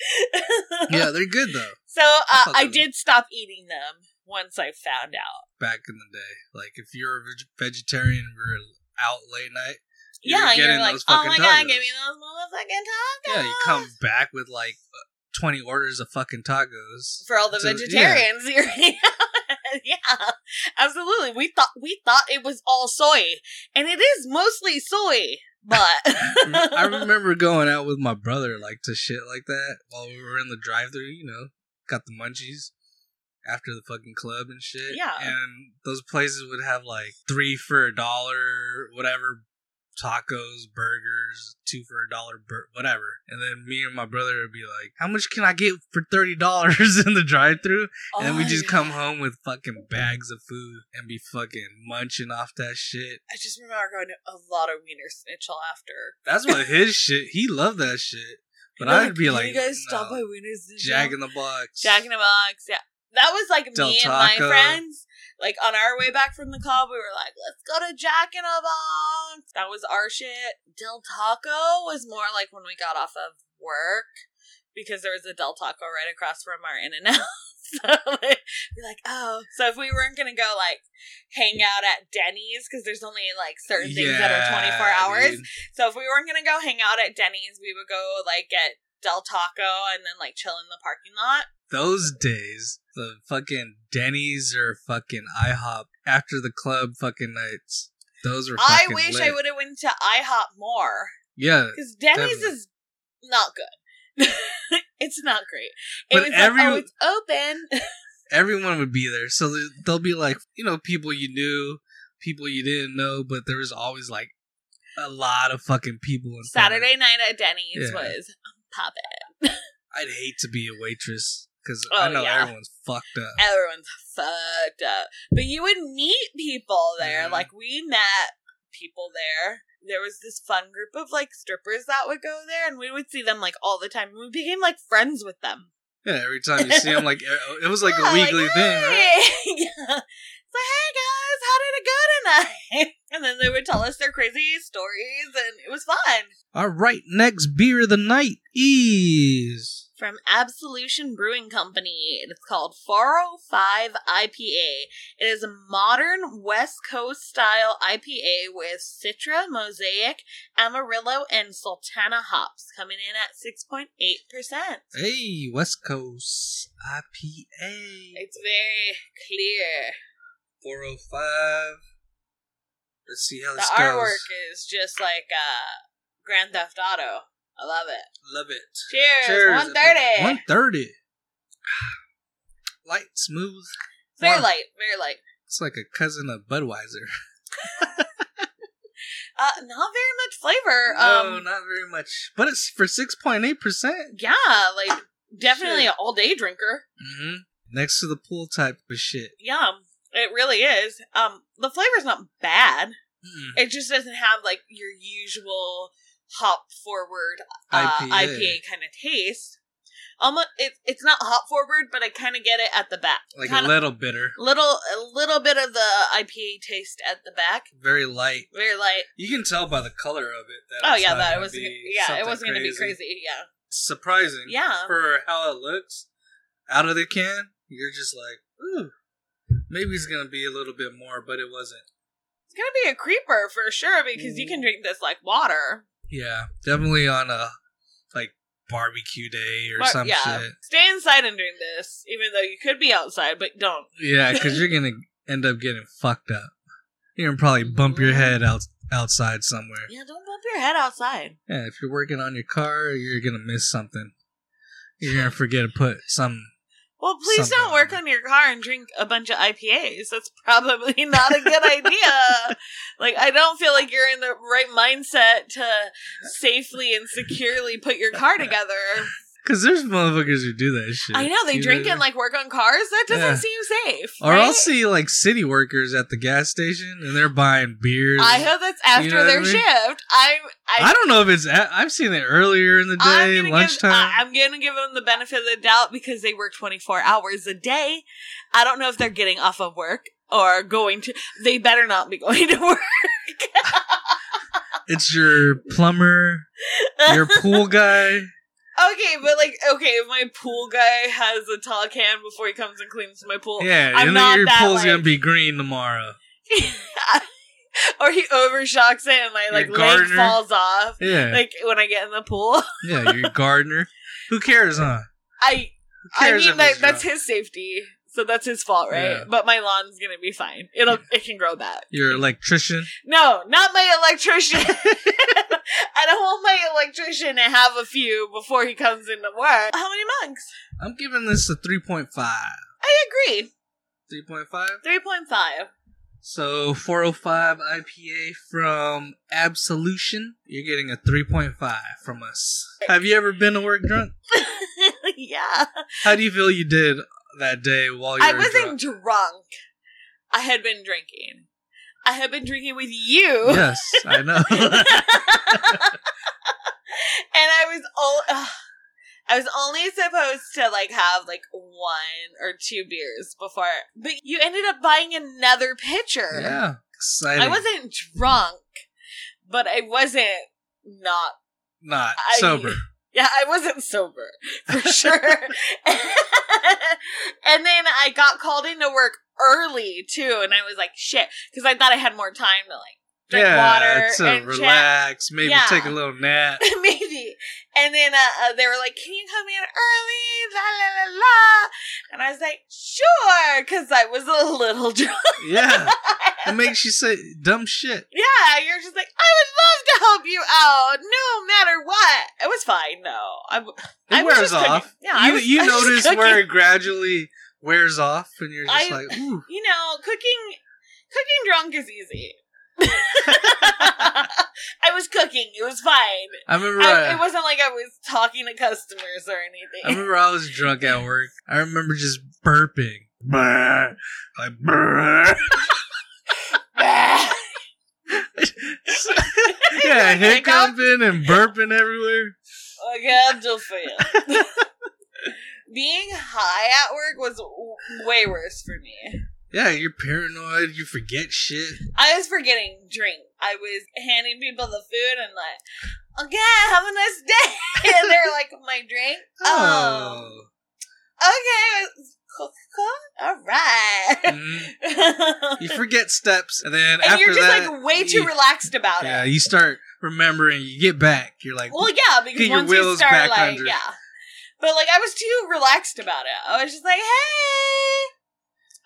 [SPEAKER 1] Yeah, they're good though.
[SPEAKER 2] So uh,
[SPEAKER 1] thought
[SPEAKER 2] I
[SPEAKER 1] that-
[SPEAKER 2] did stop eating them once I found out.
[SPEAKER 1] Back in the day, like if you're a veg- vegetarian, and we're out late night. you were
[SPEAKER 2] yeah, and
[SPEAKER 1] getting
[SPEAKER 2] you're like,
[SPEAKER 1] those
[SPEAKER 2] oh
[SPEAKER 1] fucking
[SPEAKER 2] my God,
[SPEAKER 1] tacos."
[SPEAKER 2] give me those motherfucking tacos.
[SPEAKER 1] Yeah, you come back with like uh, twenty orders of fucking tacos.
[SPEAKER 2] For all the
[SPEAKER 1] So, yeah.
[SPEAKER 2] vegetarians, you're- yeah, absolutely. We thought we thought it was all soy, and it is mostly soy. But
[SPEAKER 1] I remember going out with my brother like to shit like that while we were in the drive-thru. You know, got the munchies after the fucking club and shit.
[SPEAKER 2] Yeah.
[SPEAKER 1] and those places would have like three for a dollar, whatever tacos, burgers, two for a dollar, bur- whatever. And then me and my brother would be like, "How much can I get for thirty dollars in the drive-thru?" And then we
[SPEAKER 2] Oh,
[SPEAKER 1] just
[SPEAKER 2] yeah.
[SPEAKER 1] come home with fucking bags of food and be fucking munching off that shit.
[SPEAKER 2] I just remember going to a lot of Wiener Schnitzel after.
[SPEAKER 1] That's what his shit. He loved that shit. But
[SPEAKER 2] They're
[SPEAKER 1] I'd be
[SPEAKER 2] "Can
[SPEAKER 1] like,
[SPEAKER 2] you guys stop
[SPEAKER 1] "No,
[SPEAKER 2] by Wiener Schnitzel?
[SPEAKER 1] Jack in the Box.
[SPEAKER 2] Jack in the Box. Yeah, that was like
[SPEAKER 1] Del
[SPEAKER 2] me and my
[SPEAKER 1] Taco.
[SPEAKER 2] friends. Like on our way back from the club, we were like, "Let's go to Jack in the Box." That was our shit. Del Taco was more like when we got off of work because there was a Del Taco right across from our In and Out. So we're like, oh, so if we weren't gonna go like hang out at Denny's because there's only like certain things that are 24 hours,
[SPEAKER 1] dude.
[SPEAKER 2] so if we weren't gonna go hang out at Denny's, we would go like get Del Taco and then like chill in the parking lot.
[SPEAKER 1] Those days, the fucking Denny's or fucking IHOP after the club fucking nights. Those were
[SPEAKER 2] I
[SPEAKER 1] fucking
[SPEAKER 2] wish
[SPEAKER 1] lit.
[SPEAKER 2] I would have went to IHOP more
[SPEAKER 1] Yeah,
[SPEAKER 2] because Denny's
[SPEAKER 1] Definitely.
[SPEAKER 2] is not good. it's not great. It
[SPEAKER 1] But
[SPEAKER 2] was
[SPEAKER 1] every-
[SPEAKER 2] like, oh, it's open.
[SPEAKER 1] everyone would be there. So there- there'll be like, you know, people you knew, people you didn't know, but there was always like a lot of fucking people. In front of-
[SPEAKER 2] Saturday night at Denny's
[SPEAKER 1] Yeah.
[SPEAKER 2] was pop it.
[SPEAKER 1] I'd hate to be a waitress because
[SPEAKER 2] Oh,
[SPEAKER 1] I know
[SPEAKER 2] yeah.
[SPEAKER 1] everyone's fucked up.
[SPEAKER 2] Everyone's fucked up, but you would meet people there.
[SPEAKER 1] Mhm.
[SPEAKER 2] Like we met people there. There was this fun group of like strippers that would go there, and we would see them like all the time. We became like friends with them.
[SPEAKER 1] Yeah, every time you see him, like it was like
[SPEAKER 2] Yeah,
[SPEAKER 1] a weekly
[SPEAKER 2] like,
[SPEAKER 1] thing. Right?
[SPEAKER 2] hey. yeah. So hey guys, how did it go tonight? And then they would tell us their crazy stories, and it was fun.
[SPEAKER 1] All right, next beer of the night is
[SPEAKER 2] From Absolution Brewing Company, it's called 405 IPA. It is a modern West Coast style IPA with Citra, Mosaic, Amarillo, and Sultana hops coming in at 6.8%.
[SPEAKER 1] hey West Coast IPA
[SPEAKER 2] It's very clear.
[SPEAKER 1] four oh five. Let's see how
[SPEAKER 2] The
[SPEAKER 1] this goes.
[SPEAKER 2] artwork is just like uh, Grand Theft Auto. I love it.
[SPEAKER 1] Love it.
[SPEAKER 2] Cheers. One thirty.
[SPEAKER 1] One thirty. Light, smooth.
[SPEAKER 2] Very
[SPEAKER 1] Wow.
[SPEAKER 2] light. Very light.
[SPEAKER 1] It's like a cousin of Budweiser.
[SPEAKER 2] Uh, not very much flavor.
[SPEAKER 1] no,
[SPEAKER 2] Um,
[SPEAKER 1] not very much, but it's for six point eight percent.
[SPEAKER 2] yeah, like Definitely
[SPEAKER 1] Shit.
[SPEAKER 2] an all day drinker.
[SPEAKER 1] hmm Next to the pool type of shit.
[SPEAKER 2] Yeah, it really is. Um, the flavor's not bad.
[SPEAKER 1] Mm.
[SPEAKER 2] It just doesn't have like your usual hop forward uh, IPA, kind of taste. Almost, it, it's not hop forward, but I kind of get it at the back.
[SPEAKER 1] Like
[SPEAKER 2] Kinda-
[SPEAKER 1] a little bitter.
[SPEAKER 2] little, a little bit of the IPA taste at the back.
[SPEAKER 1] Very light.
[SPEAKER 2] Very light.
[SPEAKER 1] You can tell by the color of it. That
[SPEAKER 2] Oh
[SPEAKER 1] it's
[SPEAKER 2] yeah,
[SPEAKER 1] not
[SPEAKER 2] that
[SPEAKER 1] gonna
[SPEAKER 2] was
[SPEAKER 1] be
[SPEAKER 2] yeah, it
[SPEAKER 1] something
[SPEAKER 2] wasn't gonna be crazy. Yeah,
[SPEAKER 1] Surprising.
[SPEAKER 2] Yeah.
[SPEAKER 1] For how it looks out of the can, you're just like, ooh, maybe it's gonna be a little bit more, but it wasn't.
[SPEAKER 2] it's gonna be a creeper for sure because you
[SPEAKER 1] Mm.
[SPEAKER 2] can drink this like water.
[SPEAKER 1] Yeah, definitely on a like barbecue day or
[SPEAKER 2] But,
[SPEAKER 1] some
[SPEAKER 2] yeah,
[SPEAKER 1] shit.
[SPEAKER 2] stay inside and drink this, even though you could be outside, but don't.
[SPEAKER 1] Yeah, because you're gonna end up getting fucked up. You're gonna probably bump
[SPEAKER 2] Mm-hmm.
[SPEAKER 1] your head out outside somewhere.
[SPEAKER 2] Yeah, don't bump your head outside.
[SPEAKER 1] Yeah, if you're working on your car, you're gonna miss something. You're gonna forget to put some.
[SPEAKER 2] Well, please don't
[SPEAKER 1] Something.
[SPEAKER 2] work on your car and drink a bunch of IPAs. That's probably not a good idea. Like, I don't feel like you're in the right mindset to safely and securely put your car together.
[SPEAKER 1] Cause there's motherfuckers who do that shit.
[SPEAKER 2] I know they
[SPEAKER 1] You
[SPEAKER 2] drink and like work on cars. That doesn't
[SPEAKER 1] Yeah.
[SPEAKER 2] seem safe.
[SPEAKER 1] Or
[SPEAKER 2] right?
[SPEAKER 1] I'll see like city workers at the gas station and they're buying beers.
[SPEAKER 2] I hope that's after
[SPEAKER 1] know what
[SPEAKER 2] their
[SPEAKER 1] I mean?
[SPEAKER 2] shift. I'm.
[SPEAKER 1] I
[SPEAKER 2] I,
[SPEAKER 1] don't know if it's. At, I've seen it earlier in the
[SPEAKER 2] I'm
[SPEAKER 1] day,
[SPEAKER 2] gonna
[SPEAKER 1] lunchtime.
[SPEAKER 2] Give, I- I'm gonna give them the benefit of the doubt because they work 24 hours a day. I don't know if they're getting off of work or going to. They better not be going to work.
[SPEAKER 1] it's your plumber, your pool guy.
[SPEAKER 2] okay, but like, okay, if my pool guy has a tall can before he comes and cleans my pool,
[SPEAKER 1] Yeah,
[SPEAKER 2] I'm
[SPEAKER 1] you know
[SPEAKER 2] not
[SPEAKER 1] your
[SPEAKER 2] that,
[SPEAKER 1] pool's
[SPEAKER 2] like-
[SPEAKER 1] gonna be green tomorrow.
[SPEAKER 2] or he overshocks it and my
[SPEAKER 1] Your
[SPEAKER 2] like leg
[SPEAKER 1] gardener.
[SPEAKER 2] falls off.
[SPEAKER 1] Yeah,
[SPEAKER 2] Like when I get in the pool,
[SPEAKER 1] yeah, your gardener. Who cares, huh?
[SPEAKER 2] I
[SPEAKER 1] Who
[SPEAKER 2] I
[SPEAKER 1] cares
[SPEAKER 2] mean
[SPEAKER 1] if
[SPEAKER 2] that,
[SPEAKER 1] it's
[SPEAKER 2] that's
[SPEAKER 1] your-
[SPEAKER 2] his safety, so that's his fault, right?
[SPEAKER 1] Yeah.
[SPEAKER 2] But my lawn's gonna be fine. It'll it can grow back.
[SPEAKER 1] your electrician.
[SPEAKER 2] No, not my electrician. I don't want my electrician to have a few before he comes into work. How many mugs?
[SPEAKER 1] I'm giving this a three point five.
[SPEAKER 2] I agree.
[SPEAKER 1] Three point five.
[SPEAKER 2] Three point five.
[SPEAKER 1] So 405 IPA from Absolution. You're getting a 3.5 from us. Have you ever been to work drunk? Oh,
[SPEAKER 2] yeah.
[SPEAKER 1] How do you feel you did that day while you
[SPEAKER 2] I
[SPEAKER 1] were
[SPEAKER 2] wasn't drunk. I had been drinking. I had been drinking with you.
[SPEAKER 1] drunk? Yes, I know.
[SPEAKER 2] and I was all. I was only supposed to like have like one or two beers before, but you ended up buying another pitcher.
[SPEAKER 1] yeah, exciting.
[SPEAKER 2] I wasn't drunk, but I wasn't not.
[SPEAKER 1] not
[SPEAKER 2] I-
[SPEAKER 1] sober.
[SPEAKER 2] Yeah, I wasn't sober for sure. and then I got called into work early too, and I was like, shit, because I thought I had more time to like drink water
[SPEAKER 1] to
[SPEAKER 2] and chat.
[SPEAKER 1] relax, maybe
[SPEAKER 2] Yeah.
[SPEAKER 1] take a little nap.
[SPEAKER 2] Maybe. And then uh, uh, they were like, can you come in early? La la la la. And I was like, sure, because I was a little drunk.
[SPEAKER 1] Yeah, it makes you say dumb shit.
[SPEAKER 2] Yeah, you're just like, I would love to help you out, no matter what. It was fine, no. I, w-
[SPEAKER 1] It
[SPEAKER 2] I was
[SPEAKER 1] wears
[SPEAKER 2] just cooking.
[SPEAKER 1] off.
[SPEAKER 2] Yeah, I
[SPEAKER 1] you
[SPEAKER 2] was-
[SPEAKER 1] you
[SPEAKER 2] I was just
[SPEAKER 1] notice
[SPEAKER 2] cooking.
[SPEAKER 1] where it gradually wears off, and you're just
[SPEAKER 2] I-
[SPEAKER 1] like, ooh,
[SPEAKER 2] you know, cooking, cooking drunk is easy. I was cooking; it was fine.
[SPEAKER 1] I remember.
[SPEAKER 2] I,
[SPEAKER 1] uh,
[SPEAKER 2] it wasn't like I was talking to customers or
[SPEAKER 1] I
[SPEAKER 2] anything.
[SPEAKER 1] remember I was drunk at work. I remember just burping. Brr. Like, brr. yeah,
[SPEAKER 2] Hiccup?
[SPEAKER 1] hiccuping and burping everywhere.
[SPEAKER 2] Like, I'm just saying. Being high at work was w- way worse for me.
[SPEAKER 1] Yeah, you're paranoid. You forget shit.
[SPEAKER 2] I was forgetting drink. I was handing people the food and like, okay, have a nice day. and they're like, my drink. Oh,
[SPEAKER 1] Oh.
[SPEAKER 2] okay, Coca Cola. All right.
[SPEAKER 1] Mhm.
[SPEAKER 2] and
[SPEAKER 1] You forget steps, and then after
[SPEAKER 2] you're just
[SPEAKER 1] that,
[SPEAKER 2] like way too
[SPEAKER 1] you,
[SPEAKER 2] relaxed about
[SPEAKER 1] Yeah,
[SPEAKER 2] it.
[SPEAKER 1] you start remembering. You get back. You're like,
[SPEAKER 2] Well, yeah, because
[SPEAKER 1] Get your
[SPEAKER 2] once you
[SPEAKER 1] wheels
[SPEAKER 2] start
[SPEAKER 1] back
[SPEAKER 2] like,
[SPEAKER 1] under.
[SPEAKER 2] yeah. But like, I was too relaxed about it. I was just like, hey.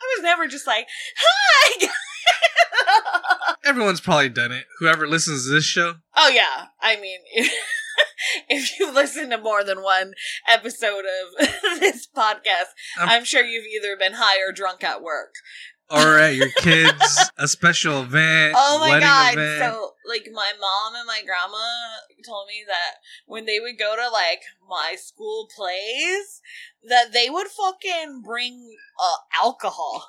[SPEAKER 2] I was never just like, hi.
[SPEAKER 1] everyone's probably done it. Whoever listens to this show,
[SPEAKER 2] Oh yeah, I mean, if, if you listen to more than one episode of this podcast,
[SPEAKER 1] I'm-
[SPEAKER 2] I'm, sure you've either been high or drunk at work.
[SPEAKER 1] or at your kids a special event.
[SPEAKER 2] Oh my
[SPEAKER 1] wedding
[SPEAKER 2] god!
[SPEAKER 1] Event.
[SPEAKER 2] So like my mom and my grandma told me that when they would go to like my school plays, that they would fucking bring uh, alcohol.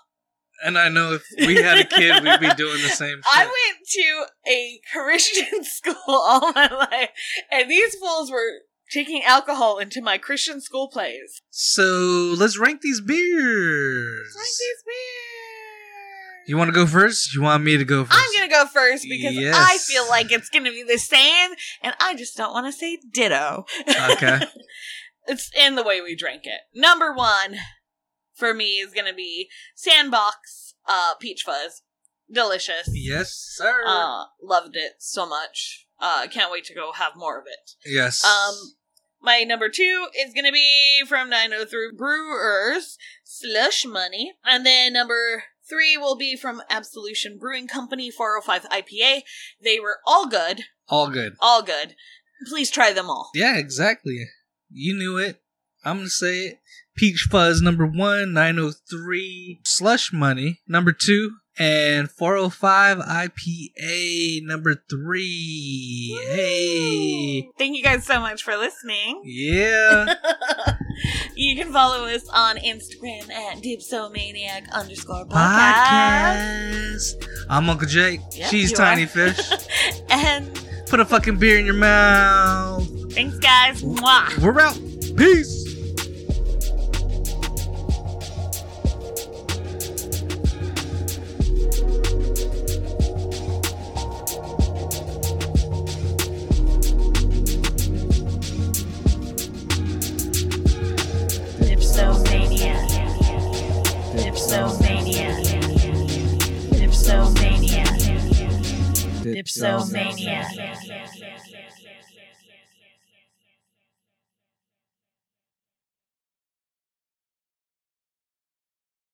[SPEAKER 1] and I know if we had a kid, we'd be doing the same shit.
[SPEAKER 2] I went to a Christian school all my life, and these fools were taking alcohol into my Christian school plays.
[SPEAKER 1] so let's rank these beers.
[SPEAKER 2] It's Like these beers.
[SPEAKER 1] You want to go first? You want me to go 1st
[SPEAKER 2] I'm gonna go first because
[SPEAKER 1] Yes.
[SPEAKER 2] I feel like it's gonna be the same, and I just don't want to say ditto.
[SPEAKER 1] Okay.
[SPEAKER 2] it's in the way we drink it. Number one for me is gonna be Sandbox uh, Peach Fuzz, delicious.
[SPEAKER 1] Yes, sir.
[SPEAKER 2] Uh, loved it so much. Uh, can't wait to go have more of it.
[SPEAKER 1] yes.
[SPEAKER 2] Um, my number two is gonna be from 903 Brewers, Slush Money, and then number three will be from Absolution Brewing Company 405 IPA. They were all good,
[SPEAKER 1] All good.
[SPEAKER 2] all good. Please try them all.
[SPEAKER 1] Yeah, exactly. You knew it. I'm gonna say it. Peach Fuzz number one, 903 Slush Money number two, and 405 IPA number three. Hey,
[SPEAKER 2] Thank you guys so much for listening.
[SPEAKER 1] yeah.
[SPEAKER 2] you can follow us on Instagram at dipsomaniac underscore podcast.
[SPEAKER 1] Podcast. I'm Uncle Jake.
[SPEAKER 2] Yep,
[SPEAKER 1] She's
[SPEAKER 2] you
[SPEAKER 1] Tiny
[SPEAKER 2] are.
[SPEAKER 1] Fish.
[SPEAKER 2] And
[SPEAKER 1] Put a fucking beer in your mouth.
[SPEAKER 2] thanks, guys. Mwah.
[SPEAKER 1] We're out. Peace.
[SPEAKER 3] Dipsomania. Dipsomania. Dipsomania. Dipsomania.